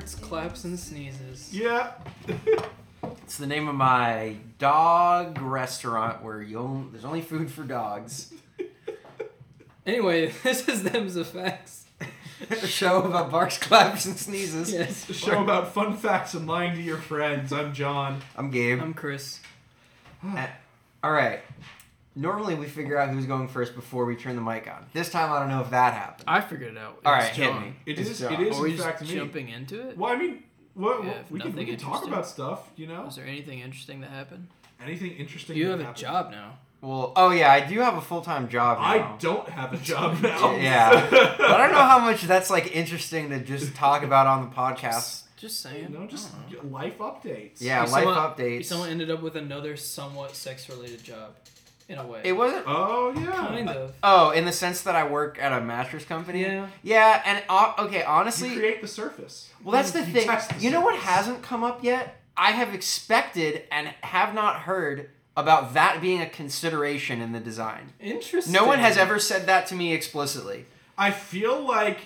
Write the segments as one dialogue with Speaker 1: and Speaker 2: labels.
Speaker 1: hiccups and sneezes.
Speaker 2: Yeah.
Speaker 3: It's the name of my dog restaurant where you only, there's only food for dogs.
Speaker 1: Anyway, this is them's effects.
Speaker 3: a show about barks, claps, and sneezes.
Speaker 1: Yes.
Speaker 2: A show about fun facts and lying to your friends. I'm John.
Speaker 3: I'm Gabe. Uh,
Speaker 1: I'm Chris.
Speaker 3: All right. Normally we figure out who's going first before we turn the mic on. This time I don't know if that happened.
Speaker 1: I figured it out.
Speaker 3: All right, hit
Speaker 1: John.
Speaker 3: me.
Speaker 2: It
Speaker 3: It's
Speaker 2: is.
Speaker 3: John.
Speaker 2: It is
Speaker 1: Are we
Speaker 2: in
Speaker 1: just
Speaker 2: fact me.
Speaker 1: jumping into it?
Speaker 2: Well, I mean, what,
Speaker 1: Yeah,
Speaker 2: what-
Speaker 1: if
Speaker 2: we can we
Speaker 1: nothing
Speaker 2: can talk
Speaker 1: interesting.
Speaker 2: about stuff. You know,
Speaker 1: Was there anything interesting that happened?
Speaker 2: anything interesting?
Speaker 1: You
Speaker 2: that
Speaker 1: have a
Speaker 2: happened.
Speaker 1: job now.
Speaker 3: Well, oh yeah, I do have a full time job.
Speaker 2: I
Speaker 3: Now.
Speaker 2: don't have a job now.
Speaker 3: Yeah. but I don't know how much that's like interesting to just talk about on the podcast.
Speaker 1: Just
Speaker 2: You
Speaker 1: saying.
Speaker 2: know, just
Speaker 1: I don't know.
Speaker 2: life updates.
Speaker 3: Yeah,
Speaker 1: If
Speaker 3: life
Speaker 1: someone- if
Speaker 3: updates.
Speaker 1: Someone ended up with another somewhat sex related job, in a way.
Speaker 3: it wasn't.
Speaker 2: Oh yeah.
Speaker 1: kind of.
Speaker 3: Oh, in the sense that I work at a mattress company.
Speaker 1: Yeah.
Speaker 3: Yeah, and uh, okay, honestly,
Speaker 2: You create the surface.
Speaker 3: Well, that's the
Speaker 2: You
Speaker 3: thing.
Speaker 2: test the
Speaker 3: You know what
Speaker 2: surface.
Speaker 3: hasn't come up yet? I have expected and have not heard about that being a consideration in the design.
Speaker 1: Interesting.
Speaker 3: No one has ever said that to me explicitly.
Speaker 2: I feel like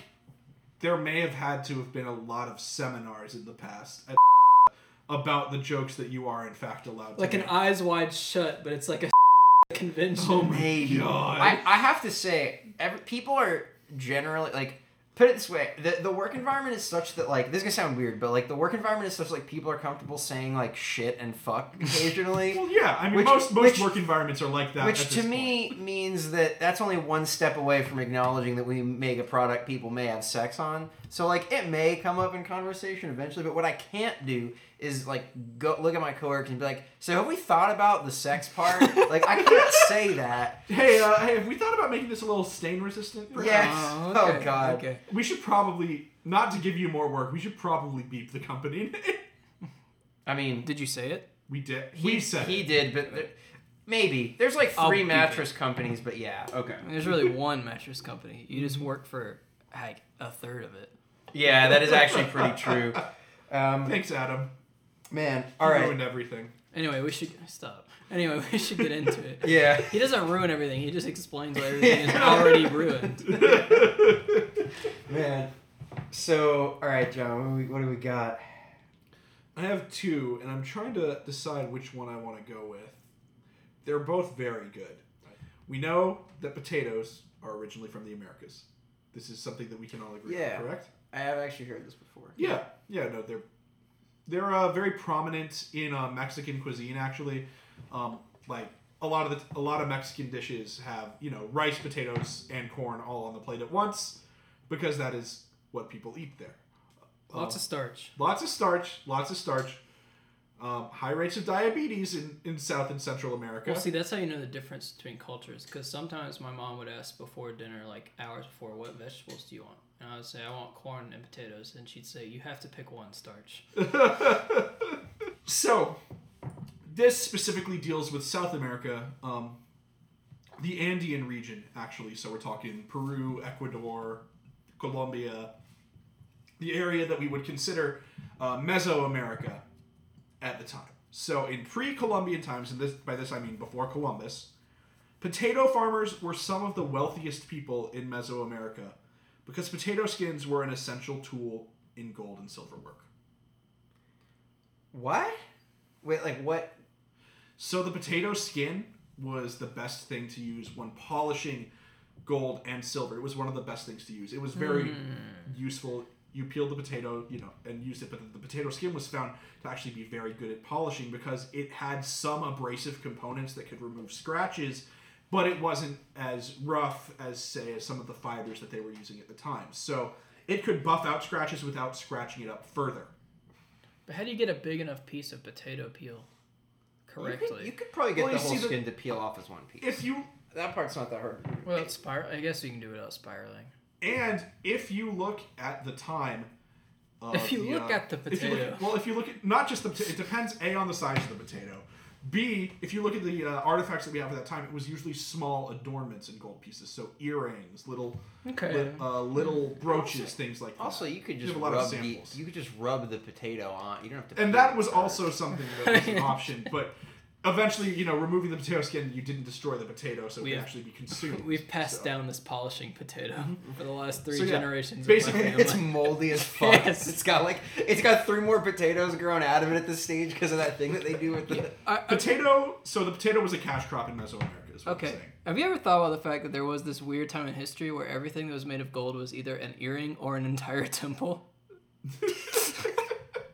Speaker 2: there may have had to have been a lot of seminars in the past at about the jokes that you are in fact allowed
Speaker 1: like
Speaker 2: to
Speaker 1: an
Speaker 2: make.
Speaker 1: eyes wide shut, but it's like a convention.
Speaker 2: Oh my
Speaker 3: Maybe.
Speaker 2: God.
Speaker 3: I, I have to say, every, people are generally like. Put it this way: the, the work environment is such that like this is gonna sound weird, but like the work environment is such like people are comfortable saying like shit and fuck occasionally.
Speaker 2: Well, yeah. I mean,
Speaker 3: Which-
Speaker 2: most most
Speaker 3: which-
Speaker 2: work environments are like that. at
Speaker 3: Which to
Speaker 2: this
Speaker 3: me means that that's only one step away from acknowledging that we make a product people may have sex on. So like it may come up in conversation eventually, but what I can't do is like go look at my coworkers and be like, "So have we thought about the sex part?" like I can't say that.
Speaker 2: point. Hey, uh, hey, have we thought about making this a little stain resistant? Uh,
Speaker 3: Yes.
Speaker 1: Oh,
Speaker 3: Oh,
Speaker 1: okay,
Speaker 3: God.
Speaker 1: Okay.
Speaker 2: We should probably not to give you more work. We should probably beep the company. name.
Speaker 3: I mean,
Speaker 1: Did you say it?
Speaker 2: we did.
Speaker 3: he,
Speaker 2: we said.
Speaker 3: he
Speaker 2: it.
Speaker 3: did, but there- maybe there's like
Speaker 1: I'll
Speaker 3: three
Speaker 1: beep it.
Speaker 3: mattress companies, but yeah, okay,
Speaker 1: There's really one mattress company. You
Speaker 3: Mm-hmm.
Speaker 1: just work for like a third of it.
Speaker 3: yeah, that is actually pretty true. Um,
Speaker 2: Thanks, Adam.
Speaker 3: man,
Speaker 2: You
Speaker 3: all right,
Speaker 2: ruined everything.
Speaker 1: Anyway, we should stop. Anyway, we should get into it.
Speaker 3: yeah.
Speaker 1: He doesn't ruin everything. He just explains why everything is already ruined.
Speaker 3: Man. So, all right, John, what do we, what do we got?
Speaker 2: I have two, and I'm trying to decide which one I want to go with. They're both very good. We know that potatoes are originally from the Americas. This is something that we can all agree
Speaker 3: Yeah.
Speaker 2: on, correct?
Speaker 3: I have actually heard this before.
Speaker 2: Yeah, yeah. No, they're they're uh, very prominent in uh, Mexican cuisine. Actually, um, like a lot of the a lot of Mexican dishes have you know rice, potatoes, and corn all on the plate at once, because that is what people eat there.
Speaker 1: Lots
Speaker 2: Um,
Speaker 1: of starch.
Speaker 2: lots of starch, lots of starch. Um, high rates of diabetes in, in South and Central America.
Speaker 1: Well, see, that's how you know the difference between cultures. Because sometimes my mom would ask before dinner, like hours before, what vegetables do you want? And I would say, I want corn and potatoes. And she'd say, you have to pick one starch.
Speaker 2: so, this specifically deals with South America, um, the Andean region, actually. So, we're talking Peru, Ecuador, Colombia, the area that we would consider uh, Mesoamerica at the time. So, in pre Columbian times, and this, by this I mean before Columbus, potato farmers were some of the wealthiest people in Mesoamerica because potato skins were an essential tool in gold and silver work.
Speaker 3: What? Wait, like what?
Speaker 2: So the potato skin was the best thing to use when polishing gold and silver. It was one of the best things to use. It was very useful. You peeled the potato, you know, and used it, but the potato skin was found to actually be very good at polishing because it had some abrasive components that could remove scratches, but it wasn't as rough as say as some of the fibers that they were using at the time. So it could buff out scratches without scratching it up further.
Speaker 1: But how do you get a big enough piece of potato peel
Speaker 3: You
Speaker 1: correctly?
Speaker 3: could, you could probably get
Speaker 2: Well,
Speaker 3: the
Speaker 2: you
Speaker 3: whole
Speaker 2: see the-
Speaker 3: skin to peel off as one piece.
Speaker 2: If you
Speaker 3: that part's not that hard.
Speaker 1: Well, it's spir- I guess you can do it without spiraling.
Speaker 2: And if you look at the time, of
Speaker 1: If you
Speaker 2: the, uh,
Speaker 1: look at the
Speaker 2: if you look-
Speaker 1: potato.
Speaker 2: well, if you look at not just the potato, it depends a on the size of the potato. B, if you look at the uh, artifacts that we have at that time, it was usually small adornments and gold pieces, so earrings, little,
Speaker 1: Okay.
Speaker 2: li- uh, little brooches, things like that.
Speaker 3: Also, you could
Speaker 2: We
Speaker 3: just
Speaker 2: have a lot
Speaker 3: rub
Speaker 2: of
Speaker 3: the,
Speaker 2: samples.
Speaker 3: you could just rub the potato on. You don't have to.
Speaker 2: and
Speaker 3: peel
Speaker 2: that
Speaker 3: it
Speaker 2: was
Speaker 3: first.
Speaker 2: also something that was an option, but eventually, you know, removing the potato skin, you didn't destroy the potato, so it
Speaker 1: We-
Speaker 2: could actually be consumed.
Speaker 1: We've passed
Speaker 2: So-
Speaker 1: down this polishing potato for the last three
Speaker 2: So, yeah,
Speaker 1: generations. of my
Speaker 2: basically,
Speaker 1: family.
Speaker 3: It's moldy as fuck.
Speaker 1: Yes.
Speaker 3: It's got like it's got three more potatoes growing out of it at this stage because of that thing that they do with the.
Speaker 1: I- I-
Speaker 2: Potato. So the potato was a cash crop in Mesoamerica. Is what I'm
Speaker 1: Okay.
Speaker 2: saying.
Speaker 1: Have you ever thought about the fact that there was this weird time in history where everything that was made of gold was either an earring or an entire temple?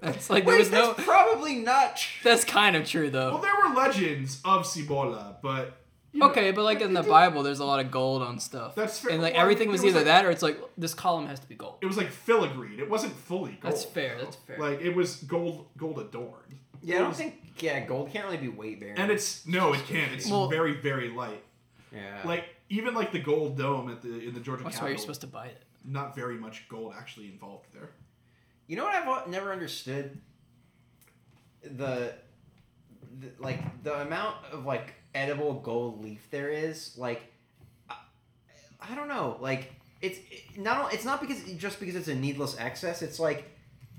Speaker 1: That's like there
Speaker 3: Wait,
Speaker 1: was
Speaker 3: that's
Speaker 1: no.
Speaker 3: probably not. True.
Speaker 1: That's kind of true
Speaker 2: Well,
Speaker 1: though.
Speaker 2: there were legends of Cibola, but you know,
Speaker 1: Okay, but like in the Bible, there's a lot of gold on stuff.
Speaker 2: That's fair.
Speaker 1: And like
Speaker 2: Well,
Speaker 1: everything
Speaker 2: it
Speaker 1: was
Speaker 2: was
Speaker 1: either
Speaker 2: like-
Speaker 1: that or it's like this column has to be gold.
Speaker 2: it was like filigreed. It wasn't fully gold.
Speaker 1: That's fair. That's
Speaker 2: though.
Speaker 1: fair.
Speaker 2: Like it was gold, gold adorned,
Speaker 3: Yeah, I don't think. Yeah, gold can't really be weight bearing.
Speaker 2: and it's no, it can't. It's
Speaker 1: Well-
Speaker 2: very, very light.
Speaker 3: yeah.
Speaker 2: Like even like the gold dome at the in the Georgia
Speaker 1: That's why
Speaker 2: Capitol,
Speaker 1: you're supposed to buy it.
Speaker 2: not very much gold actually involved there.
Speaker 3: You know what I've al- never understood? The, the like the amount of like edible gold leaf there is, like I, I don't know, like it's it- not it's not because just because it's a needless excess, it's like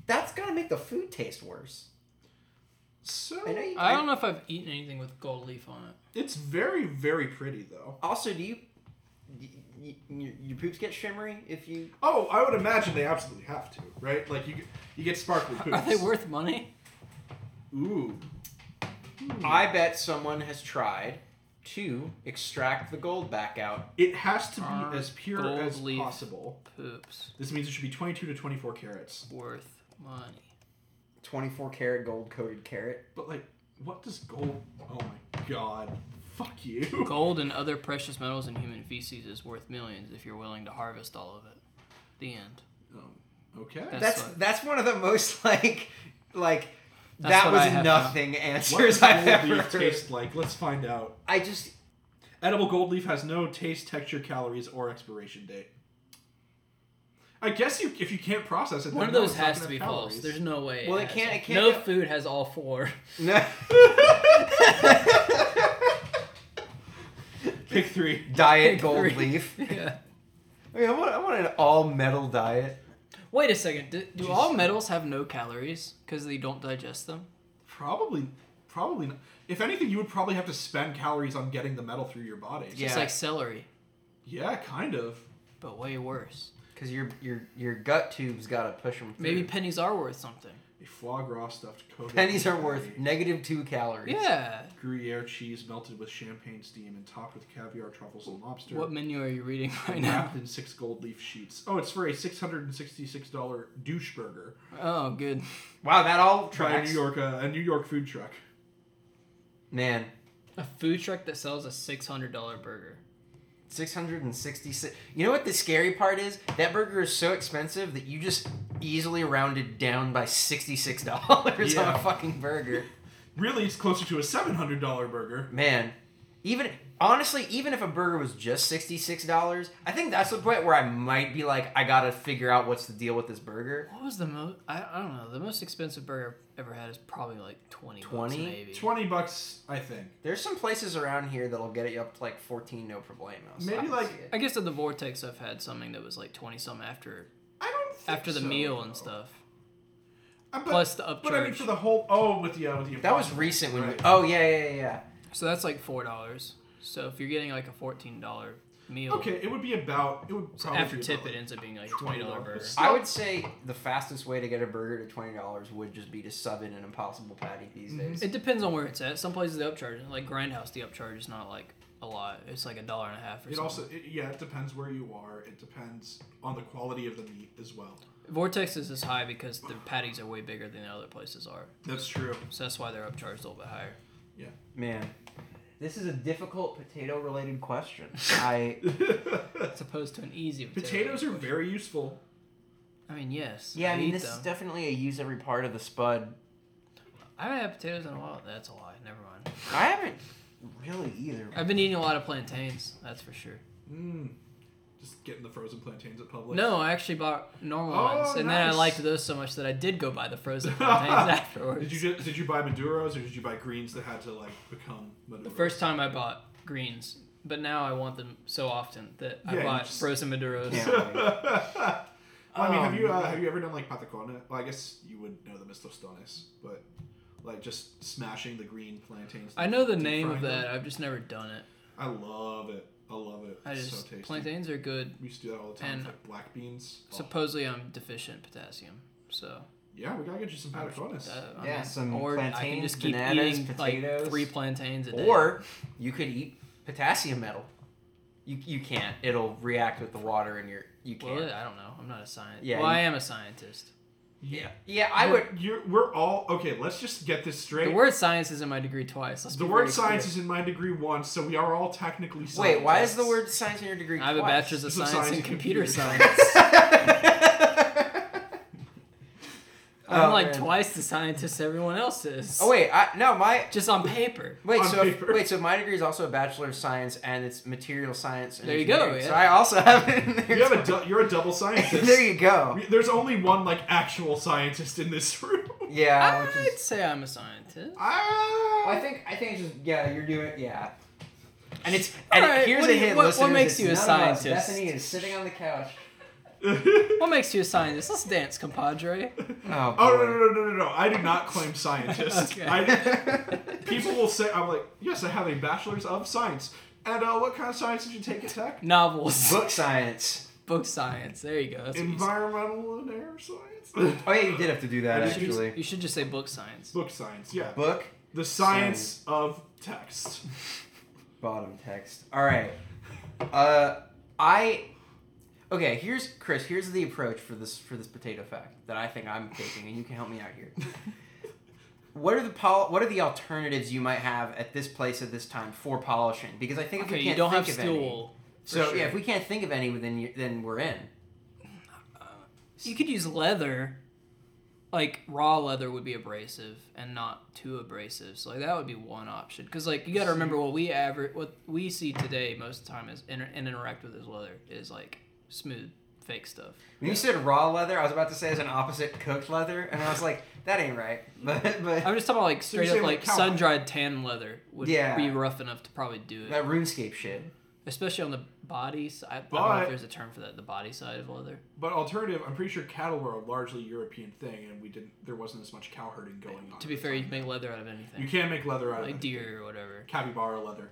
Speaker 3: that's got to make the food taste worse.
Speaker 2: So
Speaker 3: I know you
Speaker 1: I don't know if I've eaten anything with gold leaf on it.
Speaker 2: it's very, very pretty though.
Speaker 3: Also, do you, do you, your, your poops get shimmery if you
Speaker 2: Oh, I would imagine they absolutely have to, right? Like you, you get sparkly poops.
Speaker 1: Are they worth money?
Speaker 2: Ooh,
Speaker 1: Hmm.
Speaker 3: I bet someone has tried to extract the gold back out.
Speaker 2: it has to be
Speaker 1: Are
Speaker 2: as pure
Speaker 1: gold
Speaker 2: as
Speaker 1: leaf-
Speaker 2: possible.
Speaker 1: Poops
Speaker 2: This means it should be 22 to 24 carats.
Speaker 1: worth money.
Speaker 3: 24 karat gold coated carrot.
Speaker 2: But like, what does gold? Oh my god! Fuck you.
Speaker 1: Gold and other precious metals in human feces is worth millions if you're willing to harvest all of it. The end.
Speaker 2: Um, okay.
Speaker 1: That's
Speaker 3: That's
Speaker 1: what-
Speaker 3: that's one of the most like like
Speaker 1: That's
Speaker 3: that
Speaker 1: what I
Speaker 3: was
Speaker 1: have
Speaker 3: nothing
Speaker 2: What
Speaker 3: answers
Speaker 2: does
Speaker 3: I've
Speaker 2: gold
Speaker 3: ever
Speaker 2: leaf
Speaker 3: heard.
Speaker 2: taste like? Let's find out.
Speaker 3: I just
Speaker 2: Edible gold leaf has no taste, texture, calories, or expiration date. I guess you, if you can't process it,
Speaker 1: One
Speaker 2: then
Speaker 1: of
Speaker 2: no,
Speaker 1: those
Speaker 2: it's not
Speaker 1: has to
Speaker 2: gonna
Speaker 1: be
Speaker 2: have
Speaker 1: false.
Speaker 2: calories.
Speaker 1: There's no way.
Speaker 3: Well, it
Speaker 1: it has
Speaker 3: can't-
Speaker 1: all-
Speaker 3: it can't
Speaker 1: No
Speaker 3: go-
Speaker 1: food has all four.
Speaker 3: no.
Speaker 2: Pick three.
Speaker 3: diet gold
Speaker 1: Three.
Speaker 3: leaf.
Speaker 1: yeah.
Speaker 3: I, mean, I, want, I want an all metal diet.
Speaker 1: Wait a second. Do, do all metals have no calories because they don't digest them?
Speaker 2: Probably, probably. Not. If anything, you would probably have to spend calories on getting the metal through your body.
Speaker 3: Yeah.
Speaker 1: It's like celery,
Speaker 2: Yeah, kind of.
Speaker 1: but way worse.
Speaker 3: Because your your your gut tube's got to push them.
Speaker 1: Maybe pennies are worth something.
Speaker 2: A foie gras stuffed coated.
Speaker 3: pennies are
Speaker 2: with
Speaker 3: worth
Speaker 2: patty.
Speaker 3: negative two calories.
Speaker 1: Yeah.
Speaker 2: Gruyere cheese melted with champagne steam and topped with caviar, truffles, and lobster.
Speaker 1: What menu are you reading right now?
Speaker 2: wrapped in six gold leaf sheets. Oh, it's for a six hundred and sixty-six dollar douche burger
Speaker 1: Oh, good.
Speaker 3: Wow, that all
Speaker 2: by a
Speaker 3: tracks.
Speaker 2: New York uh, a New York food truck.
Speaker 3: Man,
Speaker 1: A food truck that sells a six hundred dollar burger.
Speaker 3: six hundred and sixty six. You know what the scary part is? That burger is so expensive that you just easily rounded down by sixty six dollars on
Speaker 2: Yeah.
Speaker 3: a fucking burger.
Speaker 2: Really, it's closer to a seven hundred dollar burger.
Speaker 3: Man, even honestly, even if a burger was just sixty six dollars, I think that's the point where I might be like, I gotta figure out what's the deal with this burger.
Speaker 1: What was the most? I, I don't know. The most expensive burger I've ever had is probably like twenty.
Speaker 3: 20?
Speaker 1: Twenty maybe.
Speaker 2: Twenty bucks, I think.
Speaker 3: There's some places around here that'll get it up to like fourteen, no problemo. so I
Speaker 2: Maybe
Speaker 3: can
Speaker 2: like-
Speaker 3: see it.
Speaker 1: I guess at the vortex I've had something that was like twenty some after
Speaker 2: I don't think
Speaker 1: after the
Speaker 2: so,
Speaker 1: meal and
Speaker 2: though.
Speaker 1: stuff.
Speaker 2: Uh, but-
Speaker 1: Plus the upcharge.
Speaker 2: But I mean, for the whole oh, with the uh, with the
Speaker 3: that was
Speaker 2: Impossible,
Speaker 3: recent when.
Speaker 2: right.
Speaker 3: We, oh yeah, yeah, yeah, yeah.
Speaker 1: So that's like four dollars. So if you're getting like a fourteen dollar meal
Speaker 2: Okay, it would be about it would
Speaker 1: so
Speaker 2: probably
Speaker 1: after
Speaker 2: be
Speaker 1: tip,
Speaker 2: about,
Speaker 1: it ends up being like a twenty dollar
Speaker 2: $20
Speaker 1: burger.
Speaker 2: It's
Speaker 3: I
Speaker 2: not-
Speaker 3: would say the fastest way to get a burger to twenty dollars would just be to sub in an Impossible Patty these
Speaker 2: Mm-hmm.
Speaker 3: days.
Speaker 1: It depends on where it's at. Some places the upcharge, like Grindhouse, the upcharge is not like a lot. It's like a dollar and a half or
Speaker 2: It
Speaker 1: something.
Speaker 2: also it, yeah, it depends where you are. It depends on the quality of the meat as well.
Speaker 1: Vortex is as high because the patties are way bigger than the other places are.
Speaker 2: That's true.
Speaker 1: So that's why they're upcharged a little bit higher.
Speaker 3: Man, this is a difficult potato-related question. I
Speaker 1: As opposed to an easy potato.
Speaker 2: Potatoes are very useful.
Speaker 1: I mean, yes.
Speaker 3: yeah, I mean
Speaker 1: eat
Speaker 3: this
Speaker 1: them.
Speaker 3: is definitely a use every part of the spud
Speaker 1: I haven't had potatoes in a while. That's a lie. Never mind.
Speaker 3: I haven't really either.
Speaker 1: I've been eating a lot of plantains. That's for sure.
Speaker 2: Mm. Just getting the frozen plantains at Publix.
Speaker 1: No, I actually bought normal
Speaker 2: Oh,
Speaker 1: ones, and then I
Speaker 2: nice.
Speaker 1: liked those so much that I did go buy the frozen plantains afterwards.
Speaker 2: Did you ju- did you buy Maduros or did you buy greens that had to like become Maduros?
Speaker 1: The first time I bought greens, but now I want them so often that
Speaker 2: Yeah,
Speaker 1: I
Speaker 2: you
Speaker 1: bought
Speaker 2: just-
Speaker 1: frozen maduros.
Speaker 3: Yeah.
Speaker 2: well, I mean,
Speaker 3: Oh,
Speaker 2: have you uh,
Speaker 1: Um,
Speaker 3: man.
Speaker 2: have you ever done like patacones? Well, I guess you would know them as tostones, but like just smashing the green plantains.
Speaker 1: I know the
Speaker 2: Deep
Speaker 1: name
Speaker 2: frying
Speaker 1: of that.
Speaker 2: them.
Speaker 1: I've just never done it.
Speaker 2: I love it. I love it.
Speaker 1: I
Speaker 2: It's
Speaker 1: just
Speaker 2: so tasty.
Speaker 1: plantains are good.
Speaker 2: We used to do that all the time. with,
Speaker 1: And-
Speaker 2: like black beans. Oh.
Speaker 1: Supposedly I'm deficient in potassium, so
Speaker 2: yeah, we gotta get you some patacones.
Speaker 1: that-
Speaker 3: Yeah, some
Speaker 1: or I can
Speaker 3: plantains,
Speaker 1: just keep
Speaker 3: bananas,
Speaker 1: eating
Speaker 3: potatoes.
Speaker 1: like three plantains a day.
Speaker 3: Or you could eat potassium metal. You, you can't. It'll react with the water and your you
Speaker 1: well,
Speaker 3: can't.
Speaker 1: I don't know. I'm not a scientist.
Speaker 3: Yeah,
Speaker 1: well, I
Speaker 3: you-
Speaker 1: am a scientist.
Speaker 3: yeah. Yeah, I would
Speaker 2: You're, we're all okay. Let's just get this straight.
Speaker 1: The word science is in my degree twice. Let's
Speaker 2: The
Speaker 1: be
Speaker 2: word
Speaker 1: very
Speaker 2: science
Speaker 1: clear.
Speaker 2: is in my degree once, so we are all technically.
Speaker 3: Wait, why is
Speaker 2: scientists.
Speaker 3: the word science in your degree?
Speaker 1: I have a
Speaker 3: twice?
Speaker 1: bachelor's of
Speaker 2: It's a
Speaker 1: science,
Speaker 2: science
Speaker 1: in
Speaker 2: and
Speaker 1: computer,
Speaker 2: computer
Speaker 1: science. I'm
Speaker 3: Oh,
Speaker 1: like
Speaker 3: man.
Speaker 1: twice the scientist everyone else is.
Speaker 3: Oh wait, I, no, my
Speaker 1: just on paper.
Speaker 3: wait.
Speaker 2: On
Speaker 3: so if-
Speaker 2: paper.
Speaker 3: wait, so my degree is also a bachelor of science, and it's material science. And
Speaker 1: There you go,
Speaker 3: engineering. So
Speaker 1: yeah.
Speaker 3: I also have it. In there
Speaker 2: You have a du- you're a double scientist.
Speaker 3: there you go.
Speaker 2: We- There's only one like actual scientist in this room.
Speaker 3: Yeah. Oh, Which
Speaker 1: I'd
Speaker 3: is,
Speaker 1: say I'm a scientist.
Speaker 2: Ah!
Speaker 3: I think I think it's just yeah, you're doing yeah. And it's
Speaker 1: All
Speaker 3: and
Speaker 1: right,
Speaker 3: here's
Speaker 1: what do
Speaker 3: a
Speaker 1: you-
Speaker 3: hit.
Speaker 1: what- what
Speaker 3: listeners,
Speaker 1: makes
Speaker 3: it's
Speaker 1: you a
Speaker 3: none of us.
Speaker 1: scientist?
Speaker 3: Bethany is sitting on the couch.
Speaker 1: What makes you a scientist? Let's dance, compadre.
Speaker 3: Oh,
Speaker 2: Oh no, no no no no no! I do not claim scientist.
Speaker 1: Okay.
Speaker 2: I, people will say I'm like yes, I have a bachelor's of science. And uh, what kind of science did you take at Tech?
Speaker 1: Novels, book,
Speaker 3: Book science.
Speaker 1: science. There you go. That's what you say.
Speaker 2: Environmental and air science.
Speaker 3: Oh yeah, you did have to do that
Speaker 2: I
Speaker 1: You should-
Speaker 3: actually.
Speaker 1: You should just say book science.
Speaker 2: Book science, yeah.
Speaker 3: Book
Speaker 2: The science of text.
Speaker 3: bottom text. All right. Uh, I. Okay, here's Chris. Here's the approach for this for this potato fact that I think I'm taking, and you can help me out here. What are the pol- What are the alternatives you might have at this place at this time for polishing? Because I think if
Speaker 1: Okay,
Speaker 3: we
Speaker 1: you
Speaker 3: can't
Speaker 1: don't
Speaker 3: think
Speaker 1: have
Speaker 3: of
Speaker 1: steel
Speaker 3: any,
Speaker 1: wool. for
Speaker 3: so
Speaker 1: sure.
Speaker 3: yeah, if we can't think of any, then you, then we're in.
Speaker 1: You could use leather. Like raw leather would be abrasive and not too abrasive, so like that would be one option. Because like you got to remember what we aver what we see today most of the time is inter- and interact with is leather is like smooth fake stuff.
Speaker 3: When you said raw leather, I was about to say as an opposite cooked leather, and I was like, that ain't right. But but
Speaker 1: I'm just talking about like
Speaker 2: you're
Speaker 1: straight
Speaker 2: saying,
Speaker 1: up
Speaker 2: like,
Speaker 1: like
Speaker 2: cowhide.
Speaker 1: sun dried tan leather would
Speaker 3: Yeah.
Speaker 1: be rough enough to probably do it,
Speaker 3: that RuneScape shit.
Speaker 1: especially on the body side. I don't know
Speaker 2: But-
Speaker 1: if there's a term for that. The body side of leather.
Speaker 2: But alternative, I'm pretty sure cattle were a largely European thing, and we didn't. There wasn't as much cow herding going on.
Speaker 1: To be
Speaker 2: at the
Speaker 1: fair, you
Speaker 2: time.
Speaker 1: can make leather out of
Speaker 2: you
Speaker 1: anything,
Speaker 2: can make leather out
Speaker 1: like
Speaker 2: of it.
Speaker 1: deer or whatever.
Speaker 2: capybara leather.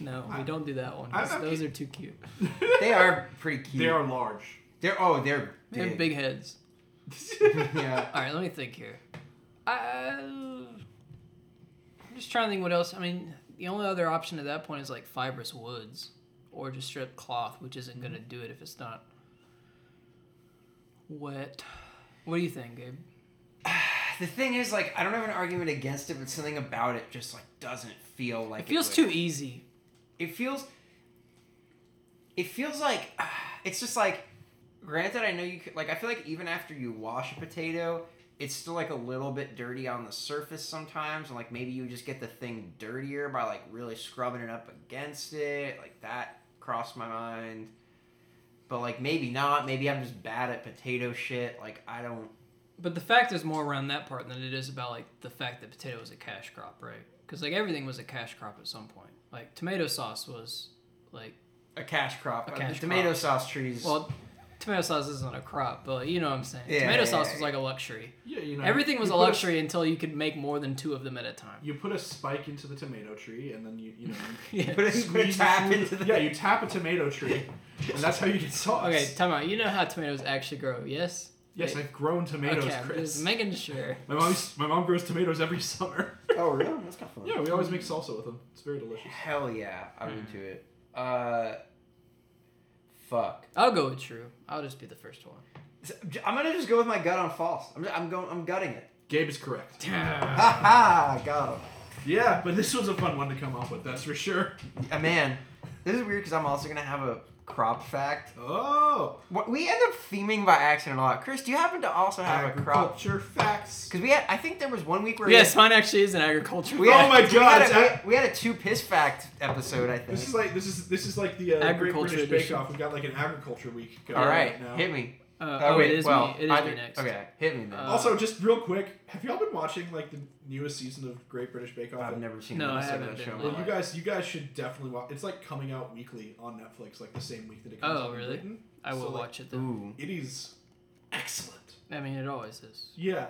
Speaker 1: no, we don't do that one.
Speaker 2: I-
Speaker 1: Those,
Speaker 2: I-
Speaker 1: those are too cute.
Speaker 3: They are pretty cute.
Speaker 2: They are large.
Speaker 3: They're oh they're
Speaker 1: They have big heads.
Speaker 3: yeah.
Speaker 1: All right, let me think here. I, I'm just trying to think what else. I mean, the only other option at that point is like fibrous woods, or just strip cloth, which isn't gonna do it if it's not wet. What do you think, Gabe?
Speaker 3: The thing is, like, I don't have an argument against it, but something about it just like doesn't feel like
Speaker 1: It feels
Speaker 3: would-
Speaker 1: too easy.
Speaker 3: It feels. It feels like it's just like. Granted, I know you could like. I feel like even after you wash a potato, it's still like a little bit dirty on the surface sometimes, and like maybe you just get the thing dirtier by like really scrubbing it up against it. Like that crossed my mind. But like maybe not. Maybe I'm just bad at potato shit. Like I don't.
Speaker 1: But the fact is more around that part than it is about like the fact that potato was a cash crop, right? Because like everything was a cash crop at some point. Like tomato sauce was like
Speaker 3: a cash crop.
Speaker 1: A
Speaker 3: Uh,
Speaker 1: cash
Speaker 3: the tomato
Speaker 1: crop.
Speaker 3: sauce trees.
Speaker 1: well, tomato sauce isn't a crop, but you know what I'm saying.
Speaker 3: Yeah,
Speaker 1: tomato
Speaker 3: yeah,
Speaker 1: sauce
Speaker 3: yeah,
Speaker 1: was like a luxury.
Speaker 2: Yeah, you know.
Speaker 1: Everything was
Speaker 2: you
Speaker 1: a
Speaker 2: put
Speaker 1: luxury until you could make more than two of them at a time.
Speaker 2: you put a spike into the tomato tree, and then you you know. You
Speaker 1: Yeah.
Speaker 3: put a, put a
Speaker 2: squeeze
Speaker 3: tap
Speaker 2: the-
Speaker 3: into the.
Speaker 2: Yeah, you tap a tomato tree, and that's how you get sauce.
Speaker 1: Okay, time out. You know how tomatoes actually grow, yes?
Speaker 2: Yes,
Speaker 1: They-
Speaker 2: I've grown tomatoes,
Speaker 1: okay, I'm
Speaker 2: Chris.
Speaker 1: just making sure.
Speaker 2: my mom my mom grows tomatoes every summer.
Speaker 3: Oh, really? That's kind of fun.
Speaker 2: yeah, we always make salsa with them. It's very delicious.
Speaker 3: Hell yeah, I'm into it. Uh, fuck.
Speaker 1: I'll go with true. I'll just be the first one.
Speaker 3: S- j- I'm gonna just go with my gut on false. I'm, I'm going. I'm gutting it.
Speaker 2: Gabe is correct.
Speaker 3: Ha ha! Got him.
Speaker 2: Yeah, but this was a fun one to come up with. That's for sure.
Speaker 3: Uh, man, this is weird because I'm also gonna have a crop fact.
Speaker 2: Oh.
Speaker 3: What- We end up theming by accident a lot. Chris, do you happen to also have a crop?
Speaker 2: Agriculture facts.
Speaker 3: Because we had, I think there was one week where we
Speaker 1: yes,
Speaker 3: had-
Speaker 1: mine actually is an agriculture.
Speaker 3: we
Speaker 2: Oh
Speaker 3: had,
Speaker 1: fact.
Speaker 2: my
Speaker 3: we
Speaker 2: God,
Speaker 3: had
Speaker 2: it's
Speaker 3: a- we
Speaker 2: ac-
Speaker 3: had, we had a two piss fact episode. I think.
Speaker 2: This is like this is this is like the uh, Great
Speaker 1: Agriculture
Speaker 2: British Bake
Speaker 1: edition.
Speaker 2: Off. We've got like an agriculture week going
Speaker 3: All
Speaker 2: on
Speaker 3: right,
Speaker 2: right now.
Speaker 3: hit me.
Speaker 1: Uh,
Speaker 3: Oh,
Speaker 1: oh,
Speaker 3: wait,
Speaker 1: it is
Speaker 3: well,
Speaker 1: me. It is
Speaker 3: I
Speaker 1: me
Speaker 3: did-
Speaker 1: next.
Speaker 3: Okay, hit me then.
Speaker 1: Uh,
Speaker 2: also, just real quick, have y'all been watching like the newest season of Great British Bake Off?
Speaker 3: I've never seen
Speaker 1: No,
Speaker 3: an
Speaker 1: I
Speaker 3: episode
Speaker 1: haven't
Speaker 3: of that
Speaker 1: been
Speaker 3: show. in my
Speaker 2: well, you
Speaker 3: life.
Speaker 2: guys, you guys should definitely watch. It's like coming out weekly on Netflix, like the same week that it comes
Speaker 1: Oh,
Speaker 2: out. in
Speaker 1: really?
Speaker 2: Britain.
Speaker 1: I will
Speaker 2: So, like,
Speaker 1: watch it though.
Speaker 3: Ooh.
Speaker 2: It is excellent.
Speaker 1: I mean, it always is.
Speaker 2: Yeah,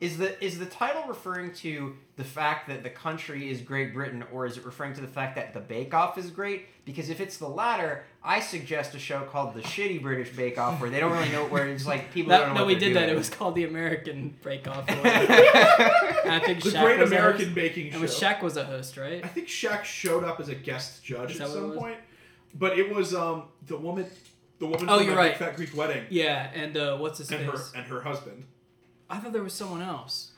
Speaker 3: Is the is the title referring to the fact that the country is Great Britain, or is it referring to the fact that the Bake Off is great? Because if it's the latter, I suggest a show called The Shitty British Bake Off, where they don't really know where it's like people don't
Speaker 1: That,
Speaker 3: know.
Speaker 1: no,
Speaker 3: what
Speaker 1: we
Speaker 3: they're
Speaker 1: did that.
Speaker 3: doing.
Speaker 1: It was called the American Break Off. or whatever. And I think
Speaker 2: The
Speaker 1: Shaq
Speaker 2: Great
Speaker 1: was a host.
Speaker 2: American Baking
Speaker 1: And when
Speaker 2: Show.
Speaker 1: Shaq was a host, right?
Speaker 2: I think Shaq showed up as a guest judge
Speaker 1: Is
Speaker 2: at
Speaker 1: that what it
Speaker 2: some
Speaker 1: was?
Speaker 2: point, but it was um the woman, the woman
Speaker 1: Oh,
Speaker 2: from
Speaker 1: you're
Speaker 2: that Big
Speaker 1: right.
Speaker 2: Fat Greek Wedding,
Speaker 1: Yeah, and uh, what's his
Speaker 2: and her
Speaker 1: face?
Speaker 2: and her husband,
Speaker 1: I thought there was someone else.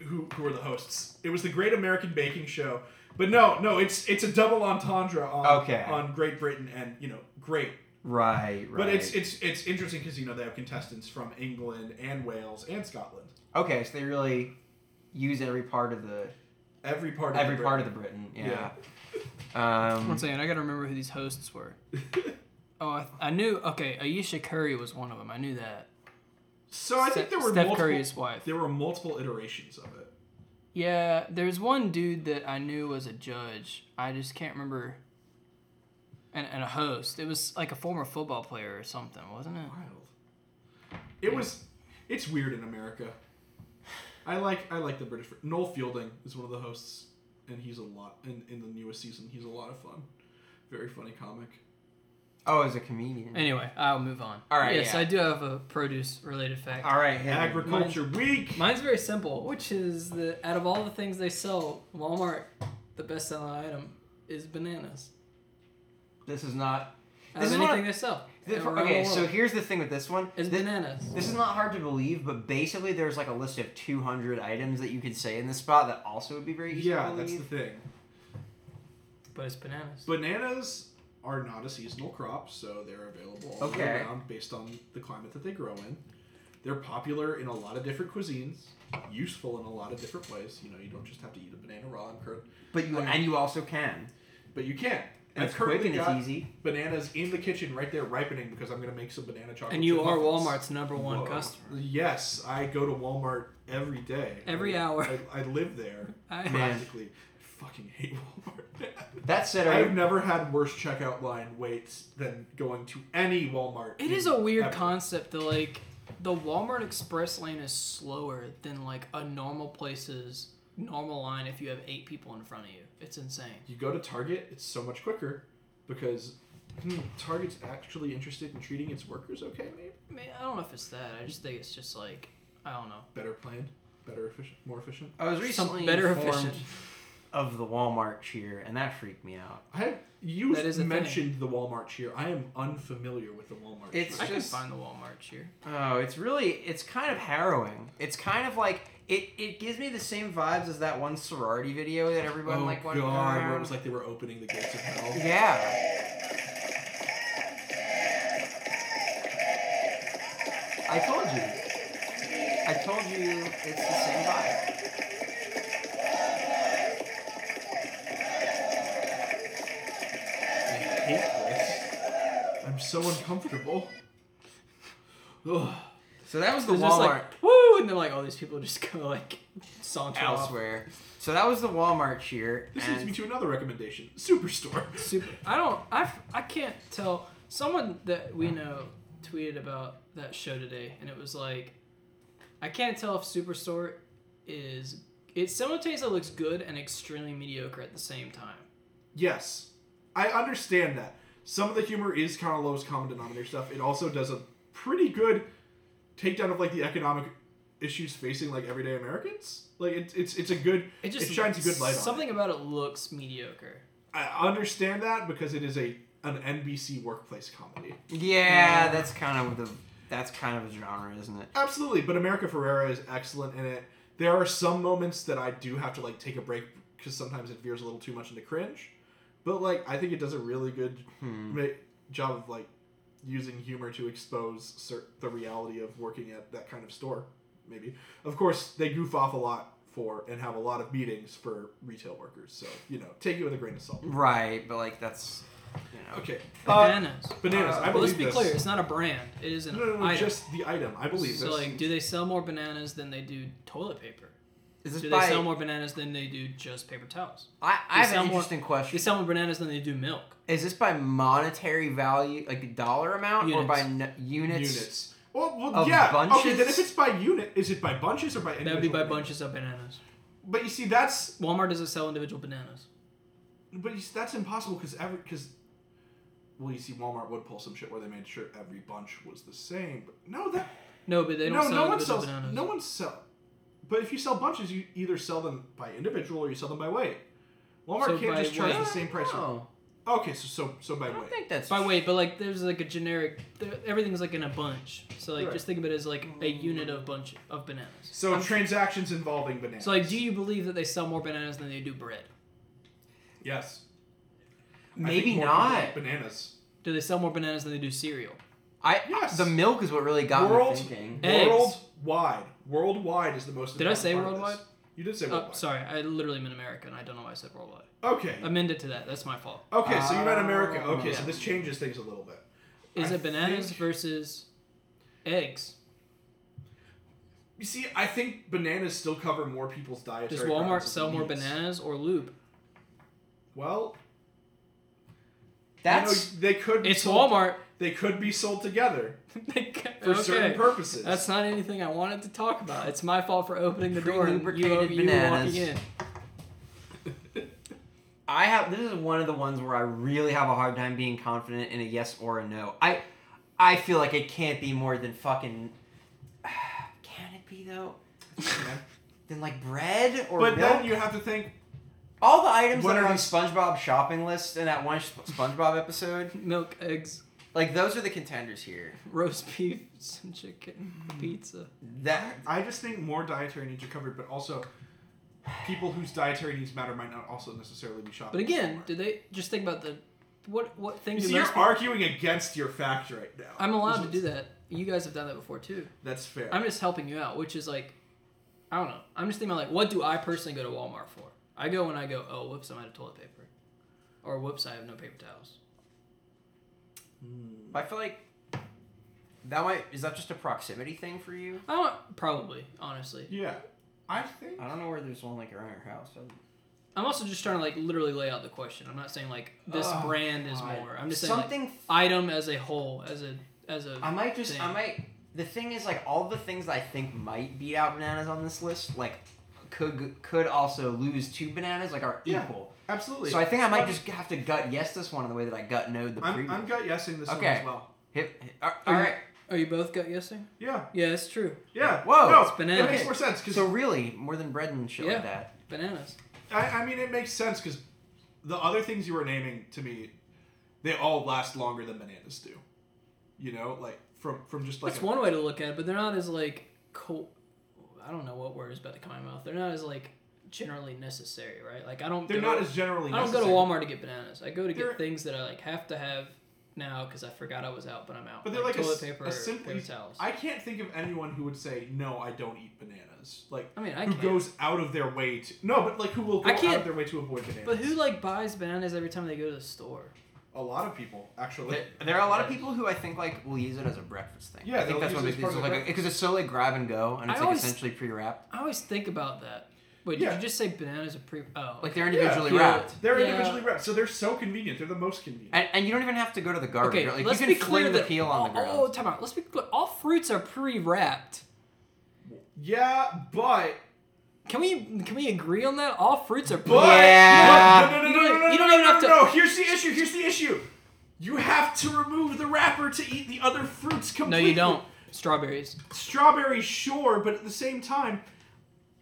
Speaker 2: who who were the hosts. It was the Great American Baking Show, but no, no, it's it's a double entendre on
Speaker 3: Okay.
Speaker 2: on Great Britain and you know Great
Speaker 3: right, right.
Speaker 2: But it's it's it's interesting because you know they have contestants from England and Wales and Scotland.
Speaker 3: okay. So they really use every part of the
Speaker 2: Every part of
Speaker 3: every part of the Britain. Yeah. Um,
Speaker 1: One second, I gotta remember who these hosts were.
Speaker 2: the.
Speaker 1: Oh, I, I knew. Okay, Ayesha Curry was one of them. I knew that.
Speaker 2: so I think there were
Speaker 1: Steph
Speaker 2: multiple,
Speaker 1: Curry's wife.
Speaker 2: There were multiple iterations of it.
Speaker 1: Yeah, there's one dude that I knew was a judge. I just can't remember. And, and a host. It was like a former football player or something, wasn't it?
Speaker 2: Wild. It was. It's weird in America. I like I like the British. Noel Fielding is one of the hosts, and he's a lot in in the newest season. He's a lot of fun. Very funny comic.
Speaker 3: oh, as a comedian.
Speaker 1: Anyway, I'll move on.
Speaker 3: All right,
Speaker 1: Yes,
Speaker 3: yeah.
Speaker 1: I do have a produce related fact.
Speaker 3: All right. hit me.
Speaker 2: Agriculture Week.
Speaker 1: Mine's very simple, which is that out of all the things they sell, Walmart, the best selling item is bananas.
Speaker 3: This is not.
Speaker 1: Out
Speaker 3: This
Speaker 1: of
Speaker 3: is what-
Speaker 1: anything they sell.
Speaker 3: This,
Speaker 1: around
Speaker 3: okay,
Speaker 1: the
Speaker 3: so
Speaker 1: world
Speaker 3: here's the thing with this one.
Speaker 1: is
Speaker 3: Thi-
Speaker 1: bananas.
Speaker 3: This is not hard to believe, but basically there's like a list of 200 items that you could say in this spot that also would be very easy
Speaker 2: yeah,
Speaker 3: to
Speaker 2: that's the
Speaker 3: believe.
Speaker 2: thing.
Speaker 1: But it's bananas.
Speaker 2: Bananas are not a seasonal crop, so they're available all year
Speaker 3: Okay.
Speaker 2: round based on the climate that they grow in. They're popular in a lot of different cuisines, useful in a lot of different ways. You know, you don't just have to eat a banana raw and cur-
Speaker 3: But you and you also can.
Speaker 2: but you can.
Speaker 3: And
Speaker 2: I've
Speaker 3: it's quick
Speaker 2: currently
Speaker 3: and it's
Speaker 2: got
Speaker 3: easy.
Speaker 2: Bananas in the kitchen, right there, ripening because I'm gonna make some banana chocolate.
Speaker 1: And you
Speaker 2: chip
Speaker 1: are
Speaker 2: muffins.
Speaker 1: Walmart's number one
Speaker 2: Whoa.
Speaker 1: customer.
Speaker 2: Yes, I go to Walmart every day.
Speaker 1: Every
Speaker 2: I-
Speaker 1: hour.
Speaker 2: I, I live there
Speaker 1: I-
Speaker 2: practically. Fucking hate Walmart.
Speaker 3: That said, are
Speaker 2: I've
Speaker 3: you,
Speaker 2: never had worse checkout line waits than going to any Walmart.
Speaker 1: It is a weird
Speaker 2: ever.
Speaker 1: concept that like the Walmart express lane is slower than like a normal place's normal line if you have eight people in front of you. It's insane.
Speaker 2: You go to Target, it's so much quicker because hmm, Target's actually interested in treating its workers okay, maybe.
Speaker 1: I mean, I don't know if it's that. I just think it's just like I don't know.
Speaker 2: Better planned, better efficient, more efficient.
Speaker 3: I was
Speaker 1: Some
Speaker 3: recently
Speaker 1: better
Speaker 3: informed
Speaker 1: efficient.
Speaker 3: of the Walmart cheer, and that freaked me out.
Speaker 2: I have, you
Speaker 1: That is a thing.
Speaker 2: mentioned the Walmart cheer. I am unfamiliar with the Walmart
Speaker 3: It's-
Speaker 1: I
Speaker 2: cheer.
Speaker 1: can
Speaker 3: just-
Speaker 1: find the Walmart here.
Speaker 3: Oh, it's really it's kind of harrowing. It's kind of like it, it gives me the same vibes as that one sorority video that everyone
Speaker 2: oh
Speaker 3: like
Speaker 2: god,
Speaker 3: went
Speaker 2: where it
Speaker 3: around.
Speaker 2: was like they were opening the gates of hell.
Speaker 3: Yeah. I told you. I told you it's the same vibe.
Speaker 2: I hate this. I'm so uncomfortable. Ugh.
Speaker 3: So that was the
Speaker 1: They're just
Speaker 3: Walmart
Speaker 1: like woo, and then like all these people just go like saunter elsewhere.
Speaker 3: elsewhere. So that was the Walmart cheer.
Speaker 2: This leads me
Speaker 3: And
Speaker 2: to another recommendation: Superstore.
Speaker 1: Super. I don't. I I can't tell. Someone that we know tweeted about that show today, and it was like, I can't tell if Superstore is. It simultaneously looks good and extremely mediocre at the same time.
Speaker 2: Yes, I understand that. Some of the humor is kind of lowest common denominator stuff. It also does a pretty good takedown of like the economic issues facing like everyday Americans. Like it's it's it's a good
Speaker 1: It just
Speaker 2: shines a good light on it.
Speaker 1: Something about it looks mediocre.
Speaker 2: I understand that because it is a an NBC workplace comedy.
Speaker 3: yeah, that's kind of the that's kind of a genre, isn't it?
Speaker 2: Absolutely, but America Ferrera is excellent in it. There are some moments that I do have to like take a break because sometimes it veers a little too much into cringe. But like, I think it does a really good ma- job of like using humor to expose cer- the reality of working at that kind of store. Maybe, of course, they goof off a lot for and have a lot of meetings for retail workers. So you know, take it with a grain of salt.
Speaker 3: Hmm. Right, but like that's you know.
Speaker 2: Okay, uh,
Speaker 1: Bananas.
Speaker 2: bananas. I
Speaker 1: Well,
Speaker 2: believe
Speaker 1: let's be
Speaker 2: this.
Speaker 1: clear. It's not a brand. It is an
Speaker 2: No, no, no,
Speaker 1: item.
Speaker 2: just the item. I believe
Speaker 1: so
Speaker 2: this.
Speaker 1: like, do they sell more bananas than they do toilet paper?
Speaker 3: Is this
Speaker 1: Do they
Speaker 3: by,
Speaker 1: sell more bananas than they do just paper towels?
Speaker 3: I, I have
Speaker 1: sell
Speaker 3: an
Speaker 1: more-
Speaker 3: interesting question.
Speaker 1: They sell more bananas than they do milk.
Speaker 3: Is this by monetary value, like dollar amount, or
Speaker 1: Units.
Speaker 3: by n- units?
Speaker 2: units. Well, well
Speaker 3: Of
Speaker 2: yeah. Okay,
Speaker 3: bunches?
Speaker 2: then if it's by unit, is it by bunches or by
Speaker 1: That would be
Speaker 2: individual
Speaker 1: by
Speaker 2: banana?
Speaker 1: bunches of bananas.
Speaker 2: But you see, that's
Speaker 1: Walmart doesn't sell individual bananas.
Speaker 2: but you see, that's impossible because every because. Well, you see, Walmart would pull some shit where they made sure every bunch was the same. But no, that
Speaker 1: No, but they don't
Speaker 2: no,
Speaker 1: sell
Speaker 2: no one
Speaker 1: individual
Speaker 2: sells.
Speaker 1: bananas.
Speaker 2: No one sell. But if you sell bunches, you either sell them by individual or you sell them by weight. Walmart
Speaker 1: So
Speaker 2: can't
Speaker 1: by
Speaker 2: just charge
Speaker 1: weight?
Speaker 2: the same price. for-
Speaker 3: Oh,
Speaker 2: Okay, so so so by
Speaker 3: I don't
Speaker 2: weight.
Speaker 3: think that's
Speaker 1: By weight, but like there's like a generic. there- Everything's like in a bunch. So like
Speaker 2: Right.
Speaker 1: just think of it as like a unit of bunch of bananas.
Speaker 2: so transactions involving bananas.
Speaker 1: So like, do you believe that they sell more bananas than they do bread?
Speaker 2: yes. I think
Speaker 3: Maybe
Speaker 2: more people
Speaker 3: not.
Speaker 2: eat Bananas.
Speaker 1: Do they sell more bananas than they do cereal?
Speaker 3: I
Speaker 2: Yes.
Speaker 3: the milk is what really got
Speaker 2: World,
Speaker 3: me thinking.
Speaker 1: Eggs.
Speaker 2: worldwide. Worldwide is the most.
Speaker 1: Did I
Speaker 2: important
Speaker 1: say
Speaker 2: part of this.
Speaker 1: worldwide?
Speaker 2: You did say
Speaker 1: Oh,
Speaker 2: worldwide.
Speaker 1: sorry, I literally meant America, and I don't know why I said worldwide.
Speaker 2: okay.
Speaker 1: Amend it to that. That's my fault.
Speaker 2: Okay, so you meant America.
Speaker 3: Oh.
Speaker 2: Okay, so
Speaker 1: Yeah.
Speaker 2: this changes things a little bit.
Speaker 1: Is
Speaker 2: I
Speaker 1: it bananas
Speaker 2: think-
Speaker 1: versus eggs?
Speaker 2: You see, I think bananas still cover more people's dietary.
Speaker 1: Does Walmart
Speaker 2: preferences and
Speaker 1: sell more
Speaker 2: needs.
Speaker 1: bananas or lube?
Speaker 2: Well,
Speaker 3: That's
Speaker 2: you know, they could. Be
Speaker 1: It's
Speaker 2: sold,
Speaker 1: Walmart.
Speaker 2: They could be sold together for
Speaker 1: for
Speaker 2: certain purposes.
Speaker 1: That's not anything I wanted to talk about. It's my fault for opening the door and you,
Speaker 3: Pre-lubricated
Speaker 1: you
Speaker 3: bananas.
Speaker 1: walking in.
Speaker 3: I have. This is one of the ones where I really have a hard time being confident in a yes or a no. I I feel like it can't be more than fucking. Can it be though?
Speaker 2: Yeah.
Speaker 3: Than like bread or
Speaker 2: But
Speaker 3: milk?
Speaker 2: then you have to think.
Speaker 3: All the items
Speaker 2: What
Speaker 3: that
Speaker 2: are
Speaker 3: are on
Speaker 2: these-
Speaker 3: SpongeBob shopping list in that one Sp- SpongeBob episode,
Speaker 1: Milk, eggs,
Speaker 3: like those are the contenders here.
Speaker 1: roast beef, some chicken, pizza.
Speaker 3: That
Speaker 2: I just think more dietary needs are covered, but also people whose dietary needs matter might not also necessarily be shopping.
Speaker 1: But again,
Speaker 2: somewhere.
Speaker 1: do they just think about the what what thing
Speaker 2: you
Speaker 1: do
Speaker 2: see, you're
Speaker 1: most
Speaker 2: arguing against your fact right now.
Speaker 1: I'm allowed to
Speaker 2: Which
Speaker 1: do
Speaker 2: is-
Speaker 1: that. You guys have done that before too.
Speaker 2: That's fair.
Speaker 1: I'm just helping you out, which is like I don't know. I'm just thinking about like what do I personally go to Walmart for? I go when I go, oh whoops, I'm out of toilet paper. Or whoops, I have no paper towels.
Speaker 3: I feel like that might is that just a proximity thing for you?
Speaker 1: I don't probably, honestly.
Speaker 2: yeah, I think.
Speaker 3: I don't know where there's one like around your house.
Speaker 1: I'm also just trying to like literally lay out the question. I'm not saying like this
Speaker 2: Oh,
Speaker 1: brand is
Speaker 2: God.
Speaker 1: more. I'm just saying like,
Speaker 3: Something
Speaker 1: item as a whole, as a as a
Speaker 3: I might just I
Speaker 1: thing.
Speaker 3: might the thing is like all the things I think might beat out bananas on this list like could could also lose two bananas like are
Speaker 2: Yeah,
Speaker 3: equal.
Speaker 2: Absolutely.
Speaker 3: So I think I might
Speaker 2: I'm-
Speaker 3: just have to gut yes this one in the way that I gut no the
Speaker 2: I'm,
Speaker 3: previous.
Speaker 2: I'm Oh, gut yesing this one
Speaker 3: Okay.
Speaker 2: as well.
Speaker 3: Hip, hip, all
Speaker 1: Are you-
Speaker 3: right.
Speaker 1: Are you both gut guessing?
Speaker 2: Yeah,
Speaker 1: Yeah, it's true.
Speaker 2: yeah.
Speaker 3: Whoa,
Speaker 2: no,
Speaker 3: it's
Speaker 1: banana.
Speaker 2: It makes
Speaker 1: Okay.
Speaker 2: more sense because
Speaker 3: So really, more than bread and shit
Speaker 1: Yeah.
Speaker 3: like that.
Speaker 1: Bananas.
Speaker 2: I, I mean it makes sense because the other things you were naming to me, they all last longer than bananas do. You know, like from from just like
Speaker 1: That's
Speaker 2: a-
Speaker 1: one way to look at it, but they're not as like co I don't know what word is about to come out of my mouth. They're not as like generally necessary, right? Like I don't.
Speaker 2: they're
Speaker 1: go-
Speaker 2: not as generally.
Speaker 1: I don't go to
Speaker 2: necessary.
Speaker 1: Walmart to get bananas. I go to
Speaker 2: They're-
Speaker 1: get things that I like have to have now because I forgot I was out, but I'm out.
Speaker 2: But they're like, a,
Speaker 1: toilet
Speaker 2: s-
Speaker 1: paper,
Speaker 2: a
Speaker 1: or
Speaker 2: simply.
Speaker 1: paper towels.
Speaker 2: I can't think of anyone who would say no. I don't eat bananas. Like
Speaker 1: I mean, I
Speaker 2: who
Speaker 1: can.
Speaker 2: goes out of their way to no, but like who will go
Speaker 1: I
Speaker 2: out
Speaker 1: can't-
Speaker 2: of their way to avoid bananas?
Speaker 1: But who like buys bananas every time they go to the store?
Speaker 2: A lot of people actually.
Speaker 3: There, there are a lot of people who I think like will use it as a breakfast thing.
Speaker 2: Yeah,
Speaker 3: I think
Speaker 2: they'll
Speaker 3: that's
Speaker 2: use
Speaker 3: what
Speaker 2: it
Speaker 3: makes
Speaker 2: as
Speaker 3: it
Speaker 2: part of
Speaker 3: so,
Speaker 2: their
Speaker 3: like because it's so like grab and go and it's
Speaker 1: I
Speaker 3: like
Speaker 1: always-
Speaker 3: essentially pre-wrapped.
Speaker 1: I always think about that. Wait, did
Speaker 2: Yeah.
Speaker 1: you just say bananas are pre? Oh,
Speaker 3: Like they're individually
Speaker 1: Yeah.
Speaker 3: wrapped.
Speaker 2: They're
Speaker 1: Yeah.
Speaker 2: individually wrapped, so they're so convenient. They're the most convenient.
Speaker 3: And, and you don't even have to go to the garbage.
Speaker 1: okay.
Speaker 3: right? Like
Speaker 1: let's
Speaker 3: you
Speaker 1: be
Speaker 3: can fling
Speaker 1: clear
Speaker 3: the
Speaker 1: that
Speaker 3: peel on the ground.
Speaker 1: Oh, oh, time out. Let's be clear. All fruits are pre-wrapped.
Speaker 2: yeah, but
Speaker 1: Can we can we agree on that? All fruits are pre.
Speaker 2: but
Speaker 3: Yeah.
Speaker 2: but- no, no,
Speaker 1: You
Speaker 2: no,
Speaker 1: don't-
Speaker 2: no, no,
Speaker 1: you
Speaker 2: no,
Speaker 1: don't
Speaker 2: no,
Speaker 1: even
Speaker 2: no,
Speaker 1: have to-
Speaker 2: no. Here's the issue. Here's the issue. You have to remove the wrapper to eat the other fruits
Speaker 1: No,
Speaker 2: completely.
Speaker 1: you don't. Strawberries.
Speaker 2: Strawberry, sure, but at the same time,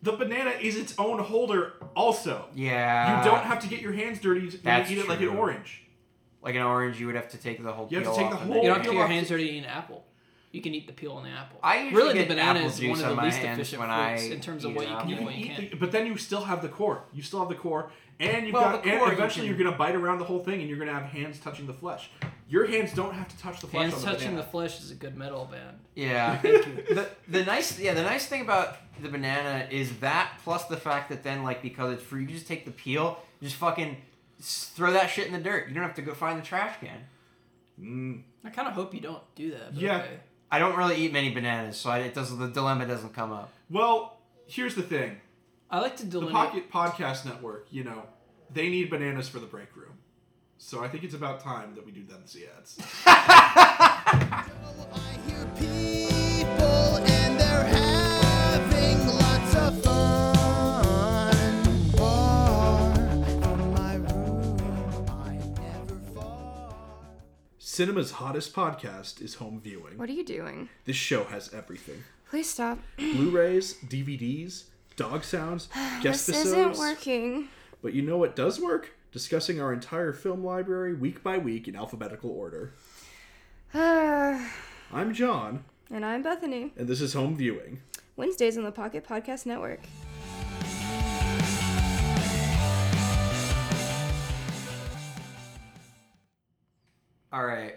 Speaker 2: the banana is its own holder. Also,
Speaker 3: Yeah.
Speaker 2: you don't have to get your hands dirty to when
Speaker 3: that's
Speaker 2: you eat it like an
Speaker 3: true.
Speaker 2: orange.
Speaker 3: like an orange. You would have to take the whole.
Speaker 2: You have to
Speaker 3: peel
Speaker 2: take the
Speaker 3: off and
Speaker 2: whole-
Speaker 1: You don't
Speaker 3: then-
Speaker 1: have to
Speaker 2: Peel
Speaker 1: get your
Speaker 2: off-
Speaker 1: hands dirty to eat an apple. You can eat the peel on the apple.
Speaker 3: I usually
Speaker 1: really
Speaker 3: get
Speaker 1: the banana
Speaker 3: apple
Speaker 1: is one
Speaker 3: juice
Speaker 1: of the
Speaker 3: on my
Speaker 1: least
Speaker 3: hands
Speaker 1: efficient
Speaker 3: when
Speaker 1: fruits
Speaker 3: I
Speaker 1: in terms of
Speaker 3: eat
Speaker 1: what
Speaker 3: an
Speaker 1: you can
Speaker 3: apple.
Speaker 2: You
Speaker 1: do and
Speaker 2: can
Speaker 1: what you
Speaker 2: eat,
Speaker 1: can't.
Speaker 2: the, but then you still have the core. You still have the core, and you've
Speaker 3: Well,
Speaker 2: got,
Speaker 3: the
Speaker 2: and
Speaker 3: core you
Speaker 2: eventually
Speaker 3: can-
Speaker 2: you're gonna bite around the whole thing, and you're gonna have hands touching the flesh. Your hands don't have to touch the flesh.
Speaker 1: Hands
Speaker 2: on the
Speaker 1: touching
Speaker 2: banana.
Speaker 1: the flesh is a good metal band.
Speaker 3: Yeah.
Speaker 1: Thank you.
Speaker 3: the, the nice yeah the nice thing about the banana is that plus the fact that then like because it's free you just take the peel just fucking s- throw that shit in the dirt you don't have to go find the trash can
Speaker 2: Mm.
Speaker 1: I kind of hope you don't do that. but
Speaker 2: Yeah.
Speaker 1: okay.
Speaker 3: i don't really eat many bananas so I, it doesn't the dilemma doesn't come up
Speaker 2: Well, here's the thing:
Speaker 1: I like to
Speaker 2: the
Speaker 1: delineate.
Speaker 2: Pocket Podcast Network, you know, they need bananas for the break room. So I think it's about time that we do them see ads.
Speaker 4: I hear peace. people and they're having lots of fun. Far from my room, I'm never far.
Speaker 2: Cinema's hottest podcast is home viewing.
Speaker 5: What are you doing?
Speaker 2: This show has everything:
Speaker 5: Please stop.
Speaker 2: Blu-rays, DVDs, dog sounds, guest
Speaker 5: This isn't
Speaker 2: episodes.
Speaker 5: working.
Speaker 2: But you know what does work? Discussing our entire film library week by week in alphabetical order.
Speaker 5: Ah,
Speaker 2: I'm John,
Speaker 5: and I'm Bethany.
Speaker 2: and this is home viewing.
Speaker 5: Wednesdays on the Pocket Podcast Network.
Speaker 3: All right.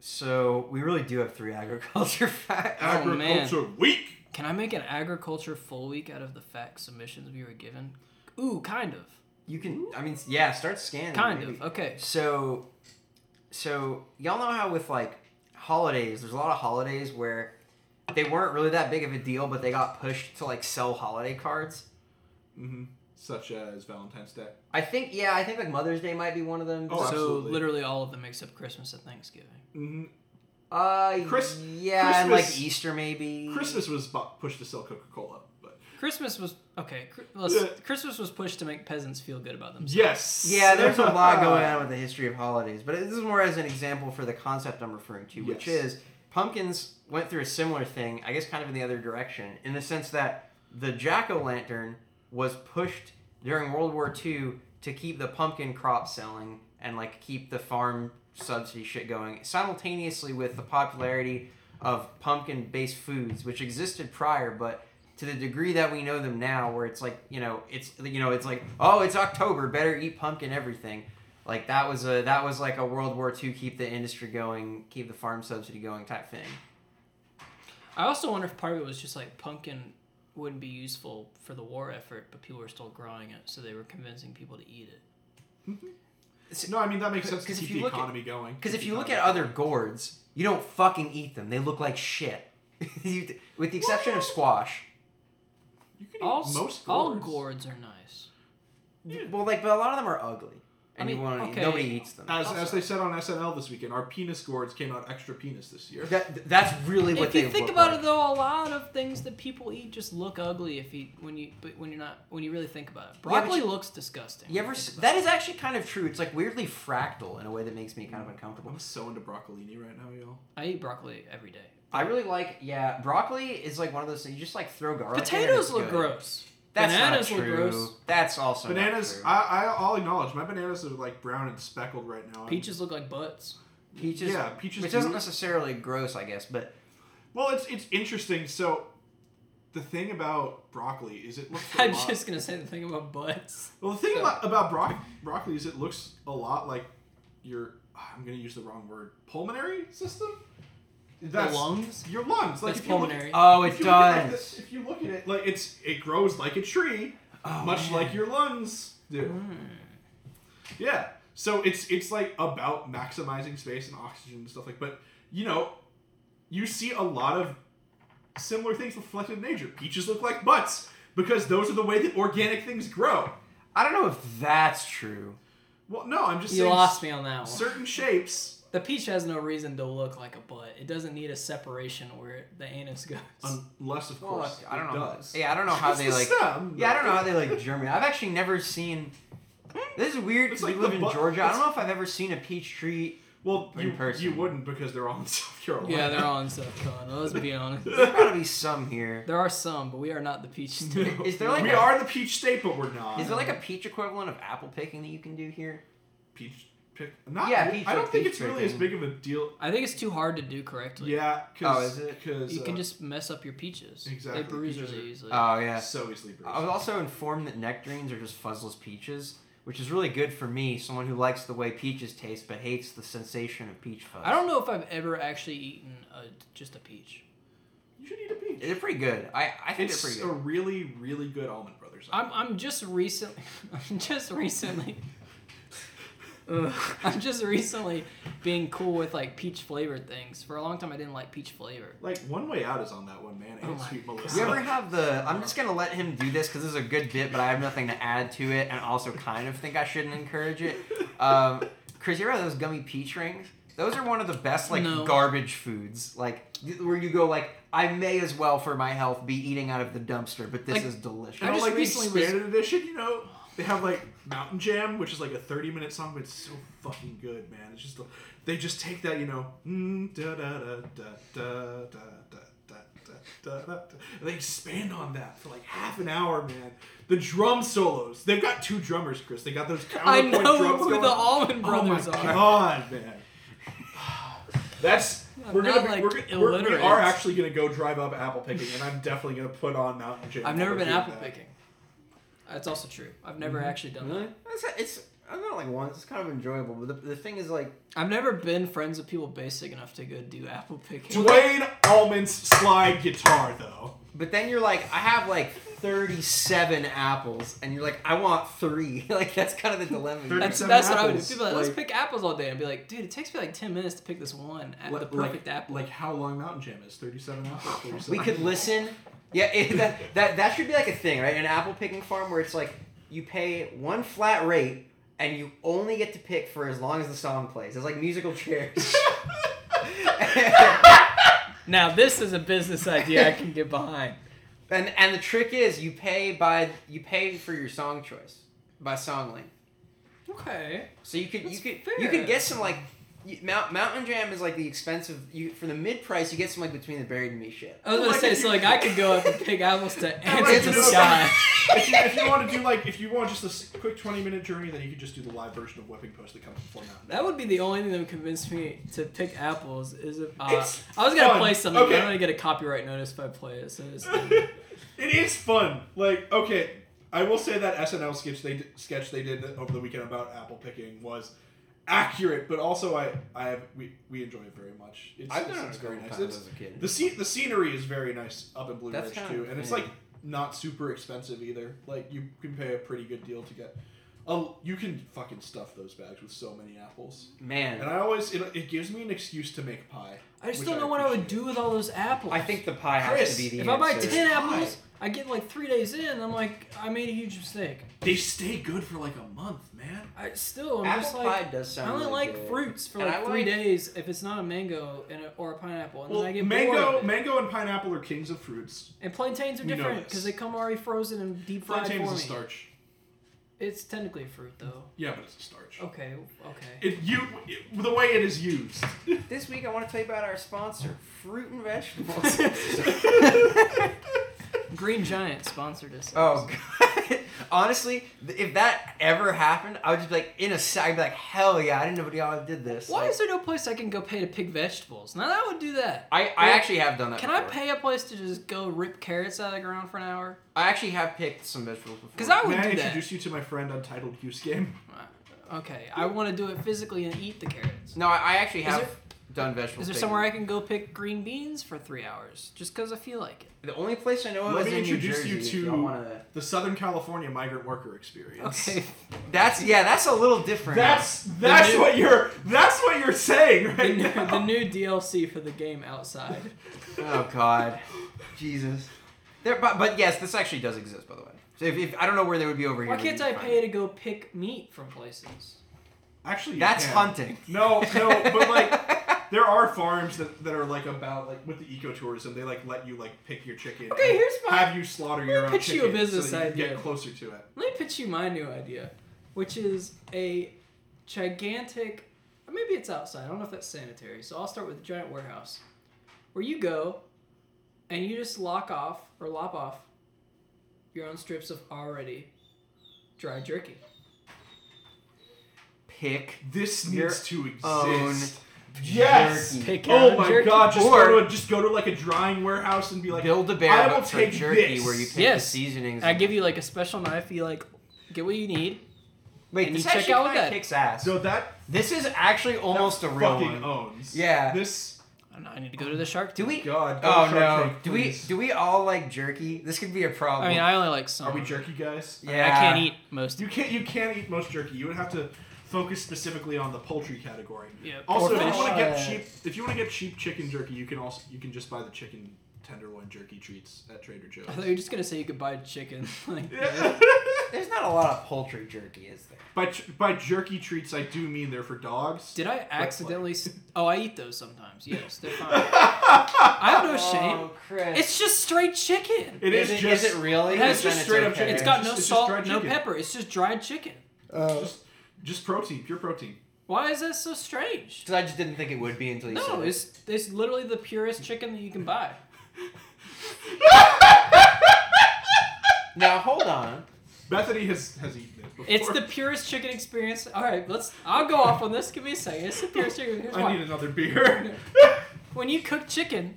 Speaker 3: So we really do have three agriculture facts.
Speaker 2: Uh,
Speaker 1: Oh, man.
Speaker 2: Agriculture Week.
Speaker 1: Can I make an agriculture full week out of the fact submissions we were given? Ooh, kind of.
Speaker 3: You can, I mean, yeah, start scanning.
Speaker 1: Kind
Speaker 3: maybe.
Speaker 1: of. Okay.
Speaker 3: So, so y'all know how with like holidays, there's a lot of holidays where they weren't really that big of a deal, but they got pushed to like sell holiday cards.
Speaker 2: Such as Valentine's Day.
Speaker 3: I think, yeah, I think like Mother's Day might be one of them.
Speaker 2: Oh,
Speaker 1: so
Speaker 2: absolutely.
Speaker 1: literally all of them except Christmas and Thanksgiving.
Speaker 3: uh,
Speaker 2: Chris-
Speaker 3: yeah, and like
Speaker 2: Christmas-
Speaker 3: Easter maybe.
Speaker 2: Christmas was bu- pushed to sell Coca Cola, but
Speaker 1: Christmas was okay. Cr- let's-
Speaker 2: Yeah.
Speaker 1: Christmas was pushed to make peasants feel good about themselves.
Speaker 2: yes,
Speaker 3: Yeah, there's a lot going on with the history of holidays, but this is more as an example for the concept I'm referring to, which
Speaker 2: Yes.
Speaker 3: is pumpkins went through a similar thing, I guess, kind of in the other direction, in the sense that the jack o' lantern was pushed during World War II to keep the pumpkin crop selling and like keep the farm subsidy shit going simultaneously with the popularity of pumpkin based foods, which existed prior, but to the degree that we know them now where it's like you know it's you know it's like oh it's october better eat pumpkin everything like that was a that was like a world war ii keep the industry going keep the farm subsidy going type thing
Speaker 1: I also wonder if part of it was just like pumpkin wouldn't be useful for the war effort, but people were still growing it, so they were convincing people to eat it.
Speaker 2: No, I mean that makes sense to
Speaker 3: 'Cause if
Speaker 2: keep
Speaker 3: you
Speaker 2: the
Speaker 3: look at-
Speaker 2: economy going.
Speaker 3: because
Speaker 2: keep
Speaker 3: if
Speaker 2: the
Speaker 3: you look at
Speaker 2: economy
Speaker 3: other gourds you don't fucking eat them they look like shit You- with the exception of squash
Speaker 2: going. you can eat
Speaker 1: All
Speaker 2: most
Speaker 1: gourds. all
Speaker 2: gourds.
Speaker 1: gourds are nice.
Speaker 3: well like but a lot of them are ugly and
Speaker 1: Hmm. I
Speaker 3: you
Speaker 1: mean,
Speaker 3: want to
Speaker 1: okay.
Speaker 3: eat, nobody eats them
Speaker 2: As, as
Speaker 1: Also-
Speaker 2: they said on SNL this weekend, our penis gourds came out extra penis this year.
Speaker 3: that, that's really what
Speaker 1: if
Speaker 3: they
Speaker 1: you think
Speaker 3: look
Speaker 1: about
Speaker 3: like.
Speaker 1: it, though, a lot of things that people eat just look ugly if you when you but when you're not when you really think about it.
Speaker 3: Yeah, but
Speaker 1: Broccoli
Speaker 3: you-
Speaker 1: looks disgusting.
Speaker 3: you ever
Speaker 1: when
Speaker 3: s-
Speaker 1: think about
Speaker 3: that is actually kind of true it's like weirdly fractal in a way that makes me kind of uncomfortable
Speaker 2: I'm so into broccolini right now, y'all.
Speaker 1: it.
Speaker 3: Oh,
Speaker 1: I eat broccoli every day.
Speaker 3: I really like, yeah, broccoli is like one of those things you just like throw garlic. in and
Speaker 1: Potatoes
Speaker 3: it's
Speaker 1: look
Speaker 3: good.
Speaker 1: gross.
Speaker 3: That's
Speaker 1: Bananas
Speaker 3: not
Speaker 1: look
Speaker 3: true.
Speaker 1: gross.
Speaker 3: That's also not
Speaker 2: Bananas,
Speaker 3: true.
Speaker 2: I, I, I'll acknowledge my bananas are like brown and speckled right now. I'm-
Speaker 1: Peaches look like butts.
Speaker 3: peaches.
Speaker 2: yeah, peaches
Speaker 3: Which isn't
Speaker 2: do-
Speaker 3: necessarily gross, I guess, but
Speaker 2: Well, it's it's interesting. So, the thing about broccoli is it looks. a
Speaker 1: I'm
Speaker 2: lot-
Speaker 1: just gonna say the thing about butts.
Speaker 2: Well, the thing
Speaker 1: so-
Speaker 2: about, about bro- broccoli is it looks a lot like your. ah, I'm gonna use the wrong word. Pulmonary system. That's
Speaker 1: lungs?
Speaker 2: Your lungs. Like
Speaker 1: That's
Speaker 2: if you look at-
Speaker 1: pulmonary.
Speaker 3: oh, it
Speaker 2: if you look at like
Speaker 3: does.
Speaker 2: this- if you look at it, like it's it grows like a tree,
Speaker 3: Oh,
Speaker 2: much like your lungs do.
Speaker 3: Hmm.
Speaker 2: Yeah. So it's it's like about maximizing space and oxygen and stuff like. But you know, you see a lot of similar things reflected in nature. Peaches look like butts because those are the way that organic things grow.
Speaker 3: I don't know if that's true.
Speaker 2: Well, no, I'm just
Speaker 1: You
Speaker 2: saying
Speaker 1: lost me on that one.
Speaker 2: certain shapes.
Speaker 1: The peach has no reason to look like a butt. It doesn't need a separation where the anus goes.
Speaker 2: Unless, of course,
Speaker 3: I don't
Speaker 2: it
Speaker 3: know.
Speaker 2: does.
Speaker 3: Yeah, I don't know how
Speaker 2: It's
Speaker 3: they
Speaker 2: the
Speaker 3: like.
Speaker 2: stem.
Speaker 3: Yeah, I don't know how they like germinate. I've actually never seen. This is weird.
Speaker 2: It's
Speaker 3: we
Speaker 2: like
Speaker 3: live
Speaker 2: the
Speaker 3: in
Speaker 2: bu-
Speaker 3: Georgia. I
Speaker 2: it's-
Speaker 3: don't know if I've ever seen a peach tree.
Speaker 2: Well,
Speaker 3: In
Speaker 2: you,
Speaker 3: person.
Speaker 2: you wouldn't because they're all in South Carolina.
Speaker 1: yeah, they're all in South Carolina. Let's be honest.
Speaker 3: There's gotta be some here.
Speaker 1: There are some, but we are not the peach state.
Speaker 3: Is there like
Speaker 2: we
Speaker 3: a-
Speaker 2: are the peach state, but we're not.
Speaker 3: Is there like a peach equivalent of apple picking that you can do here?
Speaker 2: peach pick? Not,
Speaker 3: Yeah, peach
Speaker 2: I don't
Speaker 3: like
Speaker 2: think
Speaker 3: peach
Speaker 2: it's really as
Speaker 3: picking.
Speaker 2: big of a deal.
Speaker 1: I think it's too hard to do correctly.
Speaker 2: Yeah, because
Speaker 3: Oh, is it?
Speaker 1: You can just mess up your peaches.
Speaker 2: uh, Exactly,
Speaker 1: They bruise
Speaker 2: peaches
Speaker 1: really
Speaker 2: are- uh,
Speaker 1: easily.
Speaker 3: Oh yeah.
Speaker 2: so easily bruised.
Speaker 3: I was also informed that nectarines are just fuzzless peaches, which is really good for me, someone who likes the way peaches taste but hates the sensation of peach fuzz.
Speaker 1: I don't know if I've ever actually eaten a, just a peach.
Speaker 2: you should eat a peach.
Speaker 3: They're pretty good. I, I think
Speaker 2: it's
Speaker 3: they're
Speaker 2: a
Speaker 3: pretty good.
Speaker 2: really, really good almond brothers.
Speaker 1: I'm, I'm just recently, I'm just recently, Ugh. I'm just recently being cool with like peach flavored things. For a long time, I didn't like peach flavor.
Speaker 2: like one way out is on that one, man. And
Speaker 1: my
Speaker 2: sweet
Speaker 1: God.
Speaker 2: Melissa.
Speaker 3: Oh You ever have the? I'm just gonna let him do this because this is a good bit, but I have nothing to add to it, and also kind of think I shouldn't encourage it. Um, Chris, you ever have those gummy peach rings? Those are one of the best like
Speaker 1: No.
Speaker 3: garbage foods, like where you go like I may as well for my health be eating out of the dumpster, but this
Speaker 1: Like,
Speaker 3: is
Speaker 2: I
Speaker 3: delicious.
Speaker 1: I
Speaker 2: don't
Speaker 1: just
Speaker 2: like the
Speaker 1: recently was-
Speaker 2: expanded edition, you know? They have like Mountain Jam, which is like a 30 minute song, but it's so fucking good, man. It's just, they just take that, you know, mm, da da da da da da da da da da da. And they expand on that for like half an hour, man. The drum solos. They've got two drummers, Chris. They got those
Speaker 1: I
Speaker 2: counterpoint
Speaker 1: know
Speaker 2: drums
Speaker 1: who
Speaker 2: going.
Speaker 1: the Almond Brothers
Speaker 2: oh my
Speaker 1: are.
Speaker 2: God, man. That's
Speaker 1: I'm
Speaker 2: we're gonna
Speaker 1: not,
Speaker 2: be,
Speaker 1: like,
Speaker 2: we're, gonna- we're, we
Speaker 1: illiterate.
Speaker 2: are actually gonna go drive up apple picking, and I'm definitely gonna put on Mountain Jam.
Speaker 1: I've never
Speaker 2: while we're
Speaker 1: been
Speaker 2: doing
Speaker 1: apple
Speaker 2: that. Mm-hmm.
Speaker 1: picking. That's also true. I've never actually done that.
Speaker 3: It's, it's I'm not like once. It's kind of enjoyable, but the, the thing is like
Speaker 1: I've never been friends with people basic enough to go do apple picking.
Speaker 2: Dwayne Allman's slide guitar, though.
Speaker 3: But then you're like, I have like 37 apples, and you're like, I want three. like that's kind of the dilemma. you're
Speaker 1: That's,
Speaker 3: in.
Speaker 2: 37
Speaker 1: that's what I would do.
Speaker 2: apples,
Speaker 1: People are like, let's
Speaker 2: like-
Speaker 1: pick apples all day. and be like, dude, it takes me like 10 minutes to pick this one, at the perfect apple.
Speaker 2: Like how long Mountain Jam is? Thirty-seven apples. 37
Speaker 3: we could listen. Yeah, it, that, that that should be like a thing, right? An apple picking farm where it's like you pay one flat rate and you only get to pick for as long as the song plays. It's like musical chairs.
Speaker 1: Now, this is a business idea I can get behind.
Speaker 3: and and the trick is you pay by you pay for your song choice by song length.
Speaker 1: Okay.
Speaker 3: So you could
Speaker 1: That's
Speaker 3: you could
Speaker 1: fair.
Speaker 3: you could get some like you, Mount, Mountain Jam is like the expensive you for the mid price you get some like between the buried and me shit.
Speaker 1: I was gonna
Speaker 2: Like,
Speaker 1: say,
Speaker 2: if
Speaker 1: so
Speaker 2: you-
Speaker 1: like I could go up and pick apples to answer
Speaker 3: like
Speaker 1: the
Speaker 3: to do a-
Speaker 1: sky.
Speaker 2: if, you, if you want to do like, if you want just this quick twenty-minute journey, then you could just do the live version of Whipping Post that comes before Mountain. Jam.
Speaker 1: That would be the only thing that would convince me to pick apples. Is if uh,
Speaker 2: It's
Speaker 1: I was gonna
Speaker 2: fun.
Speaker 1: play something, but
Speaker 2: Okay.
Speaker 1: I'm gonna get a copyright notice if I play it. So it's,
Speaker 2: it is fun. Like, okay, I will say that SNL sketch they sketch they did over the weekend about apple picking was accurate, but also I I have, we we enjoy it very much. It's,
Speaker 3: I've
Speaker 2: it's-
Speaker 3: done it
Speaker 2: it's
Speaker 3: a couple times
Speaker 2: It's-
Speaker 3: as a kid.
Speaker 2: The sce- the scenery is very nice up in Blue
Speaker 3: That's
Speaker 2: Ridge
Speaker 3: kind
Speaker 2: too,
Speaker 3: of-
Speaker 2: and it's
Speaker 3: yeah.
Speaker 2: like not super expensive either. Like you can pay a pretty good deal to get. Oh, you can fucking stuff those bags with so many apples, and
Speaker 3: Man,
Speaker 2: I always it, it gives me an excuse to make pie.
Speaker 1: I just
Speaker 2: which
Speaker 1: don't know what I would
Speaker 2: appreciate.
Speaker 1: do with all those apples.
Speaker 3: I think the pie has
Speaker 2: Chris,
Speaker 3: to be the
Speaker 1: if I
Speaker 3: answer.
Speaker 1: buy ten
Speaker 2: Why?
Speaker 1: apples, I get like three days in. I'm like, I made a huge mistake.
Speaker 2: They stay good for like a month, man.
Speaker 1: I still, I'm
Speaker 3: apple
Speaker 1: just
Speaker 3: pie
Speaker 1: like,
Speaker 3: does sound.
Speaker 1: I only
Speaker 3: really
Speaker 1: like
Speaker 3: good.
Speaker 1: fruits for
Speaker 3: And
Speaker 1: like
Speaker 3: I
Speaker 1: three
Speaker 3: like-
Speaker 1: days if it's not a mango and a, or a pineapple, and
Speaker 2: Well,
Speaker 1: then I get bored.
Speaker 2: mango,
Speaker 1: of it.
Speaker 2: mango, and pineapple are kings of fruits.
Speaker 1: and plantains are
Speaker 2: You know
Speaker 1: different
Speaker 2: this.
Speaker 1: because they come already frozen and deep fried for
Speaker 2: Plantain is a
Speaker 1: me.
Speaker 2: starch.
Speaker 1: It's technically a fruit though.
Speaker 2: Yeah, but it's a starch.
Speaker 1: Okay, okay.
Speaker 2: It you it- the way it is used.
Speaker 3: This week I want to tell you about our sponsor, fruit and vegetables.
Speaker 1: Green Giant sponsored us.
Speaker 3: oh god. Honestly, th- if that ever happened, I would just be like in a sack. I'd be like, hell yeah, I didn't know what y'all did this.
Speaker 1: Why
Speaker 3: Like,
Speaker 1: is there no place I can go pay to pick vegetables? Now that would do that.
Speaker 3: I, I actually have done that.
Speaker 1: Can I
Speaker 3: before.
Speaker 1: pay a place to just go rip carrots out of the ground for an hour?
Speaker 3: I actually have picked some vegetables before.
Speaker 1: Because I
Speaker 2: May
Speaker 1: would
Speaker 2: I
Speaker 1: do that.
Speaker 2: introduce you to my friend Untitled Goose Game?
Speaker 1: Okay, I want to do it physically and eat the carrots.
Speaker 3: no, I, I actually have
Speaker 1: there-
Speaker 3: done vegetables.
Speaker 1: Is there somewhere I can go pick green beans for three hours just because I feel like it?
Speaker 3: The only place I know of
Speaker 2: Let
Speaker 3: is
Speaker 2: me
Speaker 3: in New
Speaker 2: introduce
Speaker 3: Jersey.
Speaker 2: you
Speaker 3: if
Speaker 2: to-
Speaker 3: y'all wanna-
Speaker 2: The Southern California migrant worker experience.
Speaker 1: Okay,
Speaker 3: That's yeah, that's a little different.
Speaker 2: That's that's
Speaker 1: new-
Speaker 2: what you're that's what you're saying
Speaker 1: the
Speaker 2: right
Speaker 1: new,
Speaker 2: now.
Speaker 1: the new DLC for the game outside.
Speaker 3: oh god, Jesus. There, but, but yes, this actually does exist, by the way. So if, if I don't know where they would be over here.
Speaker 1: Why
Speaker 3: but
Speaker 1: can't
Speaker 3: you
Speaker 1: I
Speaker 3: find
Speaker 1: pay
Speaker 3: it.
Speaker 1: to go pick meat from places?
Speaker 2: Actually, you
Speaker 3: That's
Speaker 2: can.
Speaker 3: hunting.
Speaker 2: No, no, but like there are farms that, that are like about like with the ecotourism, they like let you like pick your chicken.
Speaker 1: Okay,
Speaker 2: and
Speaker 1: here's my-
Speaker 2: have you slaughter your own
Speaker 1: pitch you a
Speaker 2: chicken
Speaker 1: business
Speaker 2: so that you can
Speaker 1: idea.
Speaker 2: get closer to it.
Speaker 1: Let me pitch you my new idea, which is a gigantic. Maybe it's outside. I don't know if that's sanitary. So I'll start with a giant warehouse, where you go, and you just lock off or lop off your own strips of already dry jerky.
Speaker 3: Pick.
Speaker 2: This
Speaker 3: Your
Speaker 2: needs to
Speaker 3: own
Speaker 2: exist. Yes.
Speaker 3: jerky.
Speaker 1: Pick your
Speaker 2: Oh
Speaker 1: own
Speaker 2: my
Speaker 1: jerky.
Speaker 2: god! Just
Speaker 3: Or-
Speaker 2: go to just go to like a drying warehouse and be like,
Speaker 3: Build a bear
Speaker 2: I will
Speaker 3: but for
Speaker 2: take
Speaker 3: jerky
Speaker 2: this.
Speaker 3: where you pick
Speaker 1: Yes.
Speaker 3: the seasonings.
Speaker 1: And I give you like a special knife. You like get what you need.
Speaker 3: Wait,
Speaker 1: and
Speaker 3: this
Speaker 1: you check
Speaker 3: actually
Speaker 1: out with
Speaker 3: kinda
Speaker 1: that.
Speaker 3: kicks ass.
Speaker 2: So that
Speaker 3: this is actually almost a real
Speaker 2: fucking oh
Speaker 3: one.
Speaker 2: owns.
Speaker 3: Yeah.
Speaker 2: This
Speaker 1: I don't know, I need to go to the shark.
Speaker 3: Do
Speaker 1: Tank.
Speaker 3: we?
Speaker 2: God, don't
Speaker 3: oh
Speaker 2: Shark
Speaker 3: no.
Speaker 2: Tank,
Speaker 3: do we?
Speaker 2: please.
Speaker 3: Do we all like jerky? This could be a problem.
Speaker 1: I mean, I only like some.
Speaker 2: Are we jerky guys?
Speaker 1: I mean, I can't eat most.
Speaker 2: You can't. You can't eat most jerky. You would have to focus specifically on the poultry category.
Speaker 1: Yeah,
Speaker 2: Also,
Speaker 1: or
Speaker 2: if you
Speaker 1: fish.
Speaker 2: want to get
Speaker 3: Uh,
Speaker 2: cheap, if you want to get cheap chicken jerky, you can also you can just buy the chicken tenderloin jerky treats at Trader Joe's.
Speaker 1: I thought you were just gonna say you could buy chicken. Like,
Speaker 2: Yeah.
Speaker 3: there's not a lot of poultry jerky, is there?
Speaker 2: By tr- by jerky treats, I do mean they're for dogs.
Speaker 1: Did I accidentally? s- Oh, I eat those sometimes. Yes, they're fine. I have no
Speaker 2: Oh,
Speaker 1: shame.
Speaker 3: Oh, Chris.
Speaker 1: It's just straight chicken.
Speaker 2: it is,
Speaker 3: is, it,
Speaker 2: just
Speaker 3: is it really?
Speaker 1: It has
Speaker 3: Then
Speaker 1: just
Speaker 3: it's
Speaker 2: straight up
Speaker 3: okay.
Speaker 2: chicken.
Speaker 1: It's got no
Speaker 2: just- it's just
Speaker 1: salt,
Speaker 2: dried
Speaker 1: no
Speaker 2: chicken.
Speaker 1: pepper. It's just dried chicken.
Speaker 3: Oh.
Speaker 2: just, just protein, pure protein.
Speaker 1: Why is that so strange?
Speaker 3: 'Cause I just didn't think it would be until you said
Speaker 1: No,
Speaker 3: it.
Speaker 1: it's it's literally the purest chicken that you can buy.
Speaker 3: Now hold on.
Speaker 2: Bethany has has eaten it. Before.
Speaker 1: It's the purest chicken experience. All right, letx I'll go off on this. Give me a second. It's the purest chicken. Here's
Speaker 2: I
Speaker 1: why.
Speaker 2: need another beer.
Speaker 1: When you cook chicken,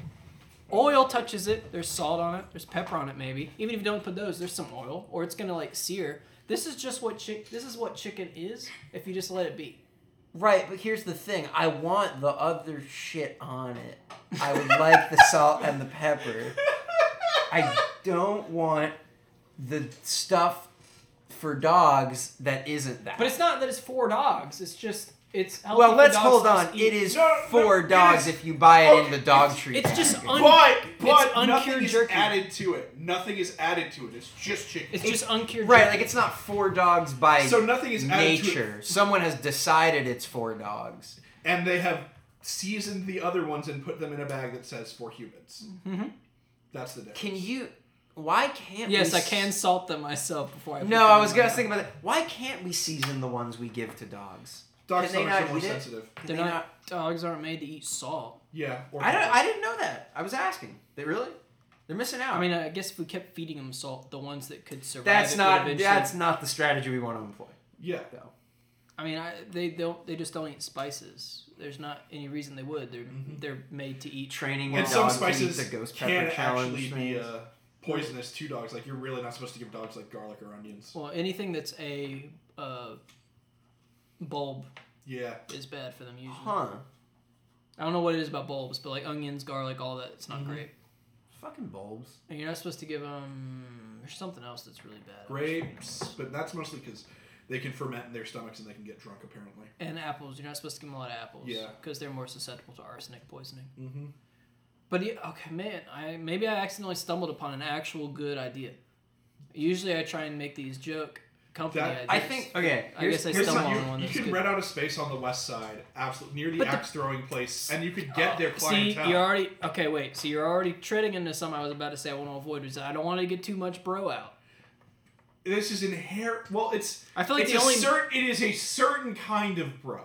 Speaker 1: oil touches it. There's salt on it. There's pepper on it, maybe. Even if you don't put those, there's some oil, or it's gonna like sear. This is just what chick. This is what chicken is if you just let it be.
Speaker 3: Right, but here's the thing. I want the other shit on it. I would like the salt and the pepper. I don't want the stuff for dogs that isn't that.
Speaker 1: But it's not that it's for dogs. It's just it's healthy
Speaker 3: well,
Speaker 1: for
Speaker 3: let's
Speaker 1: dogs
Speaker 3: hold
Speaker 1: to just
Speaker 3: on.
Speaker 1: eat.
Speaker 3: It is
Speaker 2: No, no,
Speaker 3: for
Speaker 2: it
Speaker 3: dogs
Speaker 2: is-
Speaker 3: if you buy it in the
Speaker 2: okay,
Speaker 3: dog treat.
Speaker 1: It's just
Speaker 3: package.
Speaker 1: un-
Speaker 2: but
Speaker 1: it's
Speaker 2: but
Speaker 1: uncured
Speaker 2: nothing is
Speaker 1: jerky.
Speaker 2: added to it. Nothing is added to it. It's just chicken.
Speaker 1: It's just uncured.
Speaker 3: right,
Speaker 1: chicken.
Speaker 3: like it's not for dogs by
Speaker 2: so nothing is added to
Speaker 3: nature.
Speaker 2: it.
Speaker 3: Someone has decided it's for dogs.
Speaker 2: And they have seasoned the other ones and put them in a bag that says for humans. Mm-hmm. That's the difference.
Speaker 3: Can you? Why can't? we
Speaker 1: yes, I
Speaker 3: s-
Speaker 1: can salt them myself before I. put
Speaker 3: No,
Speaker 1: them
Speaker 3: I
Speaker 1: in
Speaker 3: was
Speaker 1: my
Speaker 3: gonna
Speaker 1: mouth.
Speaker 3: think about that. Why can't we season the ones we give to dogs?
Speaker 2: Dog
Speaker 3: Can they
Speaker 2: stomachs are
Speaker 3: not
Speaker 2: more
Speaker 3: eat it?
Speaker 2: sensitive.
Speaker 1: They're
Speaker 3: They
Speaker 1: not, dogs aren't made to eat salt.
Speaker 2: Yeah. Or
Speaker 3: I don't. I didn't know that. I was asking. They really? They're missing out.
Speaker 1: I mean, I guess if we kept feeding them salt, the ones that could survive.
Speaker 3: that's
Speaker 1: it would
Speaker 3: not.
Speaker 1: eventually-
Speaker 3: That's not the strategy we want to employ.
Speaker 2: yeah.
Speaker 3: Though.
Speaker 1: I mean, I, they don't. They just don't eat spices. There's not any reason they would. They're they're made to eat.
Speaker 3: Training your
Speaker 2: And some
Speaker 3: dog to eat
Speaker 2: spices
Speaker 3: the ghost
Speaker 2: can
Speaker 3: pepper challenge.
Speaker 2: actually be
Speaker 3: things.
Speaker 2: uh, poisonous to dogs. Like you're really not supposed to give dogs like garlic or onions.
Speaker 1: Well, anything that's a uh, bulb
Speaker 2: Yeah.
Speaker 1: is bad for them usually.
Speaker 3: Huh?
Speaker 1: I don't know what it is about bulbs, but like onions, garlic, all that, it's not great.
Speaker 3: Fucking bulbs.
Speaker 1: And you're not supposed to give them. There's something else that's really bad.
Speaker 2: Grapes, but that's mostly because they can ferment in their stomachs and they can get drunk apparently.
Speaker 1: And apples, you're not supposed to give them a lot of apples.
Speaker 2: Yeah.
Speaker 1: Because they're more susceptible to arsenic poisoning.
Speaker 2: Mm-hmm.
Speaker 1: But yeah, okay, man, I maybe I accidentally stumbled upon an actual good idea. Usually, I try and make these joke company
Speaker 2: That-
Speaker 1: ideas.
Speaker 3: I think. Okay.
Speaker 1: I
Speaker 3: Here's,
Speaker 1: guess I
Speaker 3: here's
Speaker 1: stumbled
Speaker 3: something-
Speaker 1: on one
Speaker 2: you, you
Speaker 1: that's
Speaker 2: can
Speaker 1: good.
Speaker 2: rent out a space on the west side, absolutely near the
Speaker 1: But the-
Speaker 2: axe throwing place, and you could get their
Speaker 1: Oh, See,
Speaker 2: clientele.
Speaker 1: you're already okay. Wait, so you're already treading into something I was about to say. I want to avoid is I don't want to get too much bro out.
Speaker 2: this is inherent. Well, it's
Speaker 1: I feel like
Speaker 2: it's
Speaker 1: the
Speaker 2: a
Speaker 1: only-
Speaker 2: cer- it is a certain kind of bro.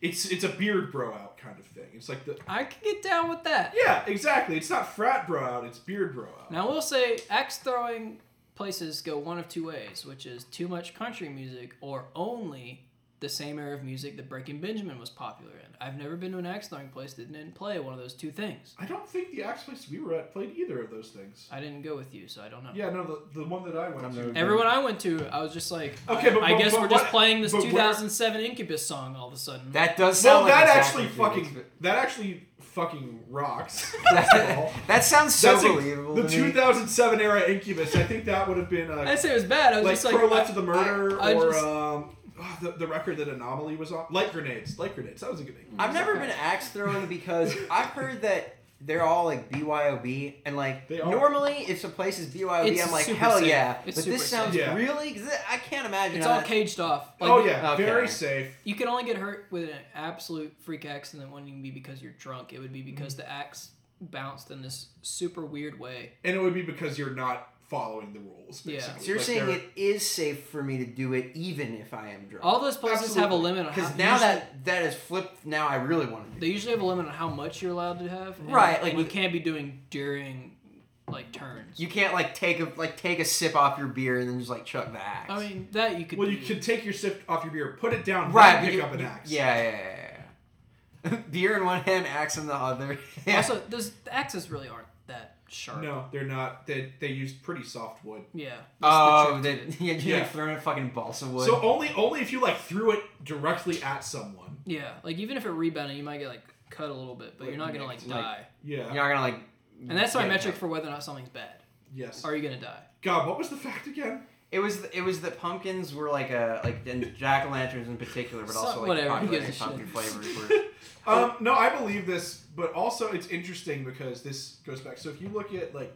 Speaker 2: It's it's a beard bro out kind of thing. It's like the
Speaker 1: I can get down with that.
Speaker 2: yeah, exactly. It's not frat bro out. It's beard bro out.
Speaker 1: Now, I will say axe throwing places go one of two ways, which is too much country music or only the same era of music that Breaking Benjamin was popular in. I've never been to an axe throwing place that didn't play one of those two things.
Speaker 2: I don't think the axe place we were at played either of those things.
Speaker 1: I didn't go with you, so I don't know.
Speaker 2: Yeah, no, the, the one that I went
Speaker 3: I'm
Speaker 2: to.
Speaker 3: not-
Speaker 1: Everyone I went to, I was just like,
Speaker 2: Okay, but-
Speaker 1: I
Speaker 2: but-
Speaker 1: guess
Speaker 2: but
Speaker 1: we're just
Speaker 2: what-
Speaker 1: playing this
Speaker 2: but where-
Speaker 1: 2007 Incubus song all of a sudden.
Speaker 3: That does
Speaker 2: well,
Speaker 3: sound.
Speaker 2: that
Speaker 3: like
Speaker 2: actually
Speaker 3: exactly what it
Speaker 2: fucking
Speaker 3: is,
Speaker 2: that actually fucking rocks.
Speaker 3: but-
Speaker 2: First of all.
Speaker 3: that sounds so
Speaker 2: a-
Speaker 3: believable.
Speaker 2: the
Speaker 3: to me.
Speaker 2: 2007 era Incubus. I think that would have been
Speaker 1: I didn't
Speaker 2: uh,
Speaker 1: say it was bad. I was
Speaker 2: like
Speaker 1: just like,
Speaker 2: Pro Left
Speaker 1: I-
Speaker 2: to the Murder
Speaker 1: I- I
Speaker 2: or
Speaker 1: just-
Speaker 2: um, oh, the, the record that Anomaly was on. Light Grenades. Light Grenades. That was a good name.
Speaker 3: I've never been axe throwing because I've heard that they're all like BYOB and like
Speaker 2: They are.
Speaker 3: normally if a place is BYOB
Speaker 1: It's
Speaker 3: I'm like
Speaker 1: super
Speaker 3: hell
Speaker 1: safe.
Speaker 3: yeah,
Speaker 1: It's
Speaker 3: but
Speaker 1: super
Speaker 3: this sounds
Speaker 2: safe. Yeah.
Speaker 3: really 'cause I can't imagine.
Speaker 1: it's
Speaker 3: how
Speaker 1: all
Speaker 3: that-
Speaker 1: caged off. Like,
Speaker 2: oh yeah,
Speaker 3: Okay.
Speaker 2: very safe.
Speaker 1: You can only get hurt with an absolute freak accident wouldn't even be because you're drunk. It would be because
Speaker 3: Mm.
Speaker 1: the axe bounced in this super weird way.
Speaker 2: And it would be because you're not following the rules.
Speaker 1: Yeah.
Speaker 2: Basically.
Speaker 3: So you're
Speaker 2: Like,
Speaker 3: saying
Speaker 2: they're-
Speaker 3: it is safe for me to do it even if I am drunk?
Speaker 1: All those places have a
Speaker 2: Absolutely.
Speaker 1: limit on how
Speaker 3: Because now
Speaker 1: usually-
Speaker 3: that that is flipped, now I really want to do.
Speaker 1: they usually have a limit on how much you're allowed to have. and-
Speaker 3: Right, like
Speaker 1: and you
Speaker 3: with-
Speaker 1: can't be doing during like turns.
Speaker 3: it. You can't like take a like take a sip off your beer and then just like chuck the axe.
Speaker 1: I mean that you could.
Speaker 2: Well, you
Speaker 1: do.
Speaker 2: could take your sip off your beer, put it down,
Speaker 3: right?
Speaker 2: right?
Speaker 3: but
Speaker 2: Pick
Speaker 3: you-
Speaker 2: up an axe.
Speaker 3: Yeah, yeah, yeah, yeah, yeah. beer in one hand, axe in the other.
Speaker 1: Also, those the axes really aren't that sharp.
Speaker 2: No, they're not. They they use pretty soft wood.
Speaker 1: Yeah. that's the
Speaker 3: Oh,
Speaker 1: trick
Speaker 3: that
Speaker 1: to it.
Speaker 3: yeah, you
Speaker 2: Uh, Yeah.
Speaker 3: like throwing a fucking balsa wood.
Speaker 2: So oh, only only if you like threw it directly at someone.
Speaker 1: Yeah, like even if it rebounded, you might get like cut a little bit, but
Speaker 3: Like
Speaker 1: you're not gonna like
Speaker 3: nicked,
Speaker 1: die.
Speaker 2: Yeah.
Speaker 3: You're not gonna like.
Speaker 1: and that's my
Speaker 3: yeah,
Speaker 1: metric
Speaker 3: yeah.
Speaker 1: for whether or not something's bad.
Speaker 2: Yes.
Speaker 1: Are you gonna die?
Speaker 2: God, what was the fact again?
Speaker 3: It was it was that pumpkins were like a like and jack o' lanterns in particular, but also
Speaker 1: So-
Speaker 3: like
Speaker 1: whatever, who
Speaker 3: popular
Speaker 1: gives a
Speaker 3: pumpkin
Speaker 1: shit?
Speaker 3: flavors were.
Speaker 2: Um, no, I believe this, but also it's interesting because this goes back. So if you look at like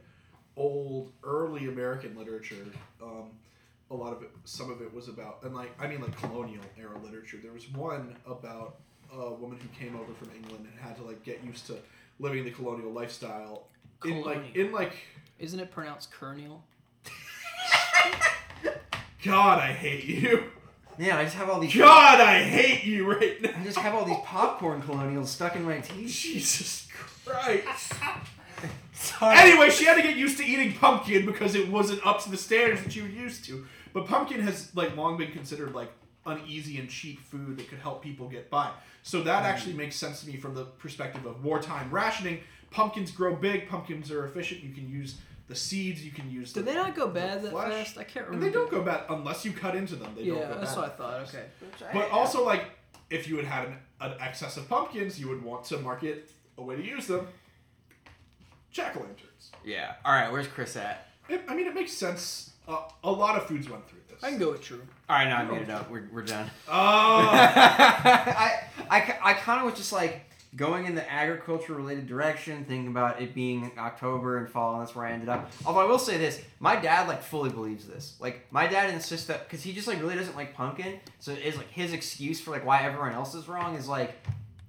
Speaker 2: old, early American literature, um, a lot of it, some of it was about, and like I mean, like colonial era literature. There was one about a woman who came over from England and had to like get used to living the colonial lifestyle in like
Speaker 1: Colonial.
Speaker 2: in like.
Speaker 1: Isn't it pronounced Kernial?
Speaker 2: God, I hate you.
Speaker 3: Yeah, I just have all these.
Speaker 2: God, I hate you right
Speaker 3: I
Speaker 2: now.
Speaker 3: just have all these popcorn colonials stuck in my teeth.
Speaker 2: Jesus Christ.
Speaker 3: Sorry.
Speaker 2: Anyway, she had to get used to eating pumpkin because it wasn't up to the standards that she was used to. But pumpkin has like long been considered like uneasy and cheap food that could help people get by. So
Speaker 1: Mm.
Speaker 2: that actually makes sense to me from the perspective of wartime rationing. Pumpkins grow big. Pumpkins are efficient. You can use the seeds. You can use.
Speaker 1: Did
Speaker 2: the,
Speaker 1: they not go
Speaker 2: the
Speaker 1: bad that
Speaker 2: flesh.
Speaker 1: fast? I can't
Speaker 2: And
Speaker 1: remember.
Speaker 2: they don't go bad unless you cut into them. They
Speaker 1: Yeah,
Speaker 2: don't go bad.
Speaker 1: that's what I thought. Okay.
Speaker 2: But also, like, if you had had an, an excess of pumpkins, you would want to market a way to use them. Jack o' lanterns.
Speaker 3: Yeah. All right. Where's Chris at?
Speaker 2: It, I mean, it makes sense. Uh, a lot of foods went through this.
Speaker 1: I can go with true.
Speaker 3: All right. Now I made it up. We're, we're done.
Speaker 2: Oh,
Speaker 3: I I, kind of was just like going in the agriculture related direction, thinking about it being October and fall, and that's where I ended up. Although I will say this, my dad like fully believes this. Like my dad insists that because he just like really doesn't like pumpkin, so it's like his excuse for like why everyone else is wrong is like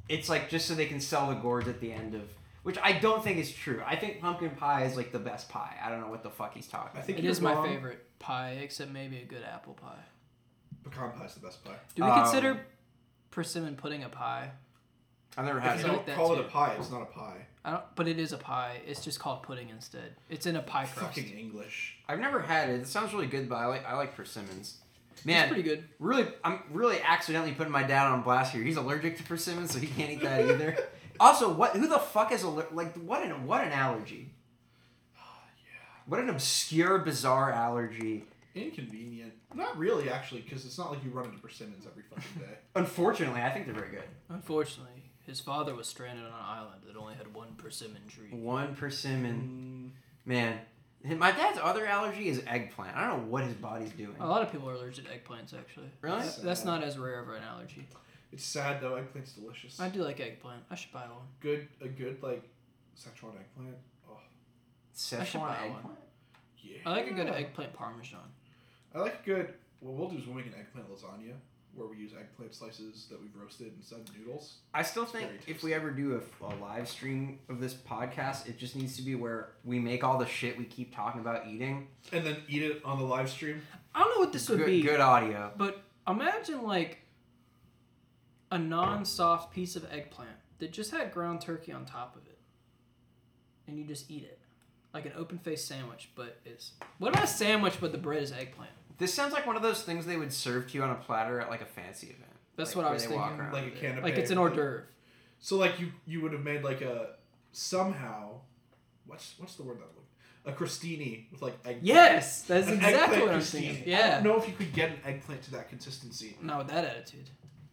Speaker 3: it's like just so they can sell the gourds at the end of. Which I don't think is true. I think pumpkin pie is like the best pie. I don't know what the fuck he's talking.
Speaker 2: I
Speaker 3: about.
Speaker 2: think
Speaker 1: It
Speaker 2: you're
Speaker 1: is
Speaker 2: wrong.
Speaker 1: my favorite pie, except maybe a good apple pie.
Speaker 2: Pecan pie's the best pie.
Speaker 1: Do we
Speaker 3: Um,
Speaker 1: consider persimmon pudding a pie?
Speaker 3: I've never
Speaker 2: If
Speaker 3: had
Speaker 2: you
Speaker 1: I
Speaker 3: it.
Speaker 1: like
Speaker 2: don't
Speaker 1: that
Speaker 2: call it
Speaker 1: too.
Speaker 2: a pie, it's not a pie.
Speaker 1: I don't, but it is a pie. It's just called pudding instead. It's in a pie crust.
Speaker 2: Fucking English.
Speaker 3: I've never had it. It sounds really good, but I like I like persimmons. Man,
Speaker 1: It's pretty good.
Speaker 3: Really, I'm really accidentally putting my dad on blast here. He's allergic to persimmons, so he can't eat that either. also, what? Who the fuck is aller- like? What an what an allergy. What an obscure, bizarre allergy.
Speaker 2: Inconvenient. Not really, actually, because it's not like you run into persimmons every fucking day.
Speaker 3: Unfortunately, I think they're very good.
Speaker 1: Unfortunately, his father was stranded on an island that only had one persimmon tree.
Speaker 3: One persimmon,
Speaker 2: Mm,
Speaker 3: man. And My dad's other allergy is eggplant. I don't know what his body's doing.
Speaker 1: A lot of people are allergic to eggplants, actually.
Speaker 3: Really?
Speaker 1: That- That's not as rare of an allergy.
Speaker 2: it's sad though. Eggplant's delicious.
Speaker 1: I do like eggplant. I should buy one.
Speaker 2: Good, a good like Szechuan eggplant. Oh
Speaker 1: I should
Speaker 3: Szechuan
Speaker 1: buy one.
Speaker 3: eggplant.
Speaker 2: yeah.
Speaker 1: I like a good eggplant parmesan.
Speaker 2: I like good. What we'll do is we'll make an eggplant lasagna where we use eggplant slices that we've roasted instead of noodles.
Speaker 3: I still
Speaker 2: It's
Speaker 3: think
Speaker 2: very
Speaker 3: if we
Speaker 2: tasty.
Speaker 3: ever do a, a live stream of this podcast, it just needs to be where we make all the shit we keep talking about eating.
Speaker 2: and then eat it on the live stream.
Speaker 1: I don't know what this would
Speaker 3: Good,
Speaker 1: be,
Speaker 3: good audio.
Speaker 1: but imagine like a non-soft piece of eggplant that just had ground turkey on top of it, and you just eat it like an open-faced sandwich. But it's what about a sandwich but the bread is eggplant?
Speaker 3: This sounds like one of those things they would serve to you on a platter at like a fancy event.
Speaker 1: That's
Speaker 3: Like,
Speaker 1: what I
Speaker 3: where
Speaker 1: was
Speaker 3: they walk
Speaker 1: thinking.
Speaker 3: around
Speaker 2: Like a
Speaker 3: with it.
Speaker 2: canapé.
Speaker 1: Like it's an hors d'oeuvre.
Speaker 2: So like you you would have made like a somehow what's what's the word that would a crostini with like eggplant.
Speaker 1: Yes, that's
Speaker 2: An
Speaker 1: exactly
Speaker 2: eggplant
Speaker 1: what I'm
Speaker 2: crostini.
Speaker 1: thinking.
Speaker 2: I
Speaker 1: Yeah,
Speaker 2: don't know if you could get an eggplant to that consistency.
Speaker 1: not with that attitude.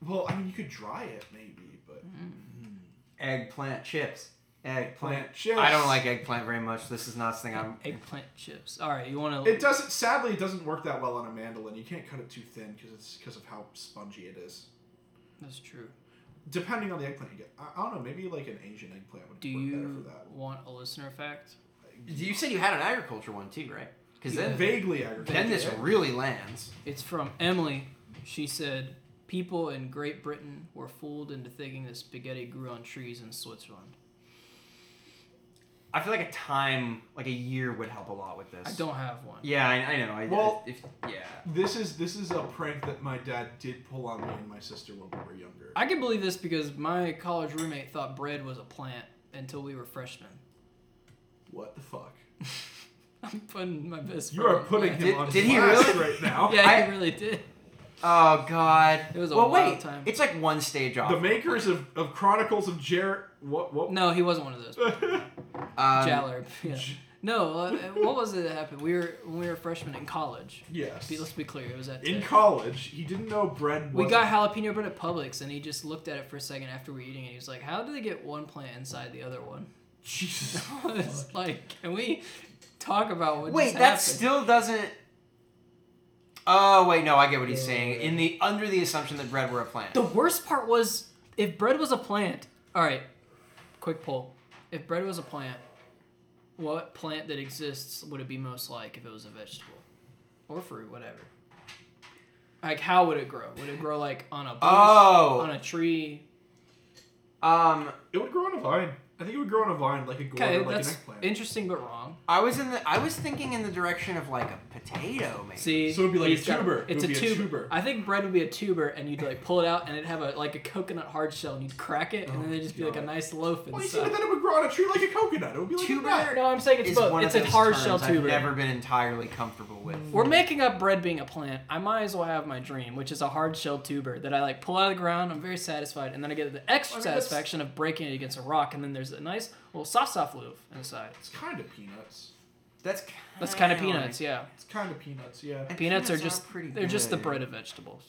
Speaker 2: Well, I mean you could dry it maybe, but
Speaker 1: Mm-hmm.
Speaker 3: Eggplant chips. Eggplant.
Speaker 2: Eggplant chips.
Speaker 3: I don't like eggplant very much. This is not something I'm.
Speaker 1: Eggplant chips. All right, you want to?
Speaker 2: it doesn't sadly it doesn't work that well on a mandolin. You can't cut it too thin because it's because of how spongy it is.
Speaker 1: That's true.
Speaker 2: Depending on the eggplant you get. I, I don't know, maybe like an Asian eggplant would
Speaker 1: Do
Speaker 2: work better
Speaker 1: you
Speaker 2: for that.
Speaker 1: want a listener fact?
Speaker 3: You said you had an agriculture one too, right? Because then,
Speaker 2: Vaguely aggravated.
Speaker 3: then this really lands.
Speaker 1: It's from Emily. She said, People in Great Britain were fooled into thinking that spaghetti grew on trees in Switzerland.
Speaker 3: I feel like a time, like a year, would help a lot with this.
Speaker 1: I don't have one.
Speaker 3: Yeah, I, I know. I,
Speaker 2: Well-
Speaker 3: I, if, yeah.
Speaker 2: This is this is a prank that my dad did pull on me and my sister when we were younger.
Speaker 1: I can believe this because my college roommate thought bread was a plant until we were freshmen.
Speaker 2: What the fuck?
Speaker 1: I'm putting my best
Speaker 2: You
Speaker 1: friend
Speaker 2: are putting
Speaker 1: on
Speaker 2: him
Speaker 1: blast.
Speaker 2: on
Speaker 3: did he
Speaker 2: blast
Speaker 3: really?
Speaker 2: right now.
Speaker 1: Yeah,
Speaker 3: I-
Speaker 1: he really did.
Speaker 3: Oh God!
Speaker 1: It was a
Speaker 3: well,
Speaker 1: wild
Speaker 3: wait.
Speaker 1: time.
Speaker 3: It's like one stage off.
Speaker 2: The makers of, of Chronicles of Jer what what
Speaker 1: No, he wasn't one of those.
Speaker 3: Um,
Speaker 1: Jallarp. Yeah. No, uh, what was it that happened? We were when we were freshmen in college.
Speaker 2: Yes.
Speaker 1: Be- Let's be clear, it was at
Speaker 2: In
Speaker 1: Tech.
Speaker 2: college, he didn't know bread was
Speaker 1: We got jalapeno bread at Publix, and he just looked at it for a second after we were eating, and he was like, "How do they get one plant inside the other one?"
Speaker 2: Jesus.
Speaker 1: It's like, can we talk about what?
Speaker 3: Wait,
Speaker 1: just
Speaker 3: that
Speaker 1: happened?
Speaker 3: still doesn't. Oh wait, no, I get what he's saying. In the under the assumption that bread were a plant.
Speaker 1: the worst part was if bread was a plant. All right, quick poll: If bread was a plant, what plant that exists would it be most like if it was a vegetable or fruit, whatever? Like, how would it grow? Would it grow like on a bush,
Speaker 3: Oh.
Speaker 1: on a tree?
Speaker 3: Um,
Speaker 2: It would grow on a vine. I think it would grow on a vine like a gourd
Speaker 1: Okay,
Speaker 2: or like an
Speaker 1: that's
Speaker 2: eggplant.
Speaker 1: interesting but wrong.
Speaker 3: I was in the I was thinking in the direction of like a potato, maybe.
Speaker 1: See,
Speaker 2: So it'd be like a
Speaker 1: he's got-
Speaker 2: tuber. It
Speaker 1: it's
Speaker 2: would
Speaker 1: a,
Speaker 2: be a
Speaker 1: tuber.
Speaker 2: tuber.
Speaker 1: I think bread would be a tuber, and you'd like pull it out, and it'd have a like a coconut hard shell, and you'd crack it, and
Speaker 2: Oh
Speaker 1: then it'd just be like a
Speaker 2: God.
Speaker 1: nice loaf
Speaker 2: well, you see, but
Speaker 1: inside.
Speaker 2: then it would grow on a tree like a coconut. It would be like
Speaker 3: Tuber?
Speaker 2: a nut.
Speaker 1: No, I'm saying it's
Speaker 3: Is
Speaker 1: both.
Speaker 3: one
Speaker 1: It's
Speaker 3: of
Speaker 1: a
Speaker 3: those
Speaker 1: hard
Speaker 3: terms
Speaker 1: shell
Speaker 3: I've
Speaker 1: tuber.
Speaker 3: never been entirely comfortable with.
Speaker 1: We're making up bread being a plant. I might as well have my dream, which is a hard shell tuber that I like pull out of the ground. I'm very satisfied, and then I get the extra
Speaker 2: I mean, that's-
Speaker 1: satisfaction of breaking it against a rock, and then there's a nice little soft soft loaf inside.
Speaker 2: It's kind of peanuts.
Speaker 3: That's
Speaker 1: That's kind of peanuts, yeah.
Speaker 2: It's kind of peanuts, yeah.
Speaker 3: And
Speaker 1: Peanuts, are
Speaker 3: peanuts
Speaker 1: just
Speaker 3: are pretty
Speaker 1: they're just the
Speaker 3: good.
Speaker 1: bread of vegetables.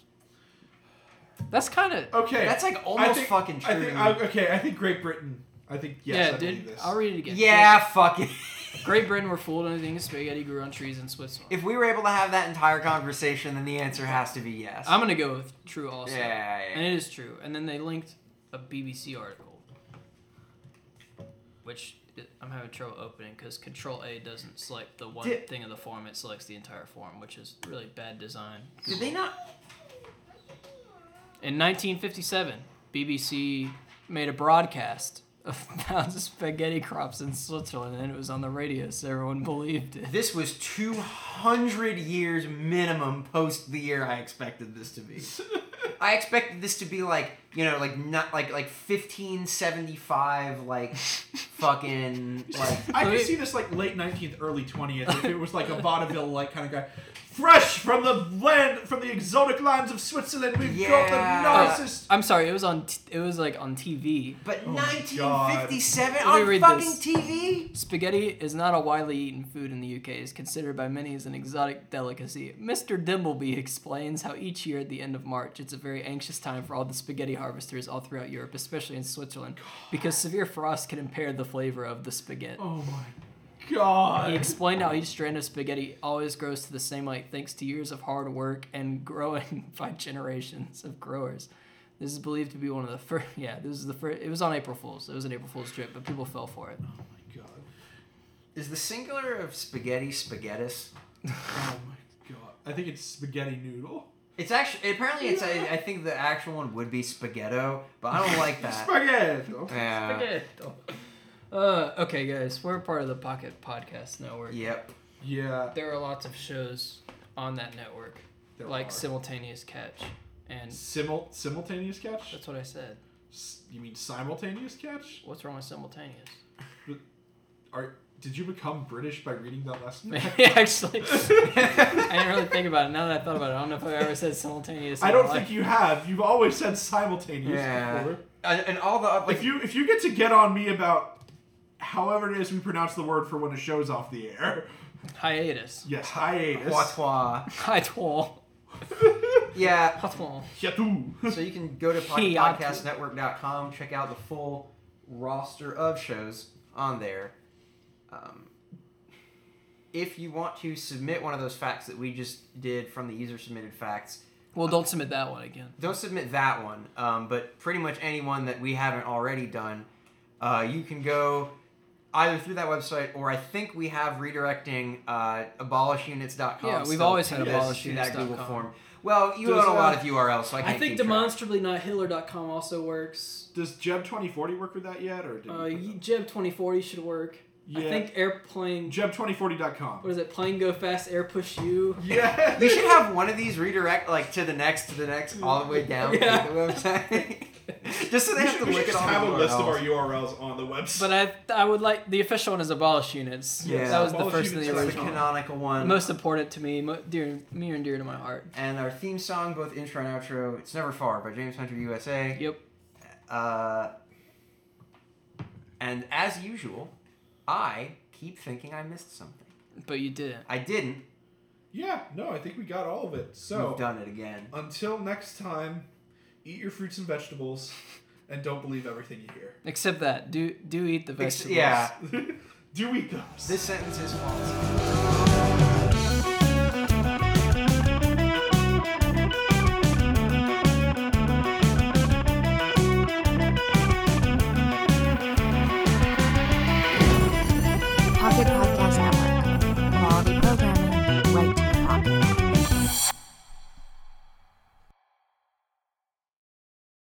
Speaker 1: That's kind of
Speaker 2: Okay.
Speaker 3: That's like
Speaker 2: I
Speaker 3: almost
Speaker 2: think-
Speaker 3: fucking true.
Speaker 2: I think, I, okay, I think Great Britain. I think, yes, I
Speaker 1: yeah,
Speaker 2: believe
Speaker 1: dude.
Speaker 2: this.
Speaker 1: I'll read it again.
Speaker 3: yeah, fuck it.
Speaker 1: Great Britain were fooled into thinking spaghetti grew on trees in Switzerland.
Speaker 3: If we were able to have that entire conversation, then the answer has to be yes.
Speaker 1: I'm gonna go with true also,
Speaker 3: yeah, yeah, yeah.
Speaker 1: and it is true. And then they linked a BBC article, which i- I'm having trouble opening because Control A doesn't select the one
Speaker 3: Did-
Speaker 1: thing of the form; it selects the entire form, which is really bad design.
Speaker 3: Did they not?
Speaker 1: In 1957, BBC made a broadcast of found spaghetti crops in Switzerland, and it was on the radio, so everyone believed it.
Speaker 3: This was 200 years minimum post the year I expected this to be. I expected this to be like, you know, like not like like 1575 like fucking like
Speaker 2: I could see this like late 19th, early 20th if it was like a vaudeville like kind of guy. Fresh from the land, from the exotic lands of Switzerland, we've
Speaker 3: Yeah.
Speaker 2: got the
Speaker 1: Oh,
Speaker 2: nicest.
Speaker 1: I'm sorry, it was on. T- it was like on TV.
Speaker 3: but
Speaker 2: Oh my God.
Speaker 3: 1957
Speaker 1: Let me
Speaker 3: on
Speaker 1: read
Speaker 3: fucking
Speaker 1: this.
Speaker 3: TV?
Speaker 1: Spaghetti is not a widely eaten food in the UK. It's considered by many as an exotic delicacy. Mr. Dimbleby explains how each year at the end of March, it's a very anxious time for all the spaghetti harvesters all throughout Europe, especially in Switzerland, because severe frost can impair the flavor of the spaghetti.
Speaker 2: Oh my
Speaker 1: He
Speaker 2: god. Oh
Speaker 1: explained how each strand of spaghetti always grows to the same height thanks to years of hard work and growing by generations of growers. This is believed to be one of the first. Yeah, this is the first. It was on April Fool's. It was an April Fool's joke, but people fell for it.
Speaker 2: Oh my god.
Speaker 3: Is the singular of spaghetti spaghettis?
Speaker 2: Oh my god. I think it's spaghetti noodle.
Speaker 3: It's actually apparently it's I, I think the actual one would be spaghetto, but I don't like that.
Speaker 2: Spaghetti.
Speaker 3: yeah.
Speaker 1: Oh. Uh, okay, guys, we're part of the Pocket Podcast Network.
Speaker 3: Yep.
Speaker 2: Yeah.
Speaker 1: There are lots of shows on that network,
Speaker 2: there
Speaker 1: like
Speaker 2: are.
Speaker 1: Simultaneous Catch, and
Speaker 2: Simul- simultaneous catch?
Speaker 1: that's what I said.
Speaker 2: S- you mean simultaneous catch?
Speaker 1: What's wrong with simultaneous?
Speaker 2: Are did you become British by reading that last
Speaker 1: Actually, I didn't really think about it. Now that I thought about it, I don't know if I ever said simultaneous. in
Speaker 2: I
Speaker 1: my
Speaker 2: don't
Speaker 1: life.
Speaker 2: think you have. You've always said simultaneous
Speaker 3: Yeah.
Speaker 2: before.
Speaker 3: And, and all the like
Speaker 2: If you if you get to get on me about however it is we pronounce the word for when a show's off the air.
Speaker 1: hiatus.
Speaker 2: Yes, hiatus.
Speaker 3: patois.
Speaker 1: Hi, twal.
Speaker 3: Yeah.
Speaker 1: Hi, twal.
Speaker 2: Hiatu.
Speaker 3: So you can go to
Speaker 1: Hiatus.
Speaker 3: podcastnetwork.com, check out the full roster of shows on there. Um, if you want to submit one of those facts that we just did from the user submitted facts,
Speaker 1: Well, don't submit that one again.
Speaker 3: don't submit that one, um, but pretty much any one that we haven't already done, uh, you can go either through that website or I think we have redirecting uh, abolishunits.com.
Speaker 1: Yeah, we've
Speaker 3: still
Speaker 1: always had
Speaker 3: to this- to that
Speaker 1: abolishunits.com.
Speaker 3: Google form. Well, you
Speaker 1: There's,
Speaker 3: own a lot
Speaker 1: uh,
Speaker 3: of URLs, so I can't
Speaker 1: I think
Speaker 3: keep track.
Speaker 1: demonstrablenotHitler.com also works.
Speaker 2: Does Jeb twenty forty work with that yet, or did
Speaker 1: Uh,
Speaker 2: we put that-
Speaker 1: Jeb 2040 should work. I
Speaker 2: Yeah.
Speaker 1: think airplane. What
Speaker 2: Jeb2040.com.
Speaker 1: is it? Plane go fast, air push you.
Speaker 2: Yeah.
Speaker 3: You should have one of these redirect like to the next to the next all the way down
Speaker 1: Mm. Yeah.
Speaker 3: to the website. just so they
Speaker 2: We
Speaker 3: have
Speaker 2: should,
Speaker 3: to
Speaker 2: we should
Speaker 3: look at
Speaker 2: just
Speaker 3: all
Speaker 2: have
Speaker 3: the
Speaker 2: a list of
Speaker 3: URLs.
Speaker 2: our URLs on the website.
Speaker 1: But I, I would like the official one is abolish units.
Speaker 3: Yeah.
Speaker 1: that was the
Speaker 2: Abolish
Speaker 1: first in the
Speaker 2: units is
Speaker 3: It's the
Speaker 1: original.
Speaker 3: canonical one.
Speaker 1: Most important to me, mo- dear, near and dear to my heart.
Speaker 3: and our theme song, both intro and outro, "It's Never Far" by James Hunter USA.
Speaker 1: Yep.
Speaker 3: Uh, and as usual, I keep thinking I missed something.
Speaker 1: But you didn't.
Speaker 3: I didn't.
Speaker 2: yeah, no, I think we got all of it. So
Speaker 3: We've done it again.
Speaker 2: until next time, eat your fruits and vegetables, and don't believe everything you hear.
Speaker 1: Except that do do eat the
Speaker 3: Ex-
Speaker 1: vegetables.
Speaker 3: yeah,
Speaker 2: Do eat those.
Speaker 3: this sentence is false.
Speaker 4: I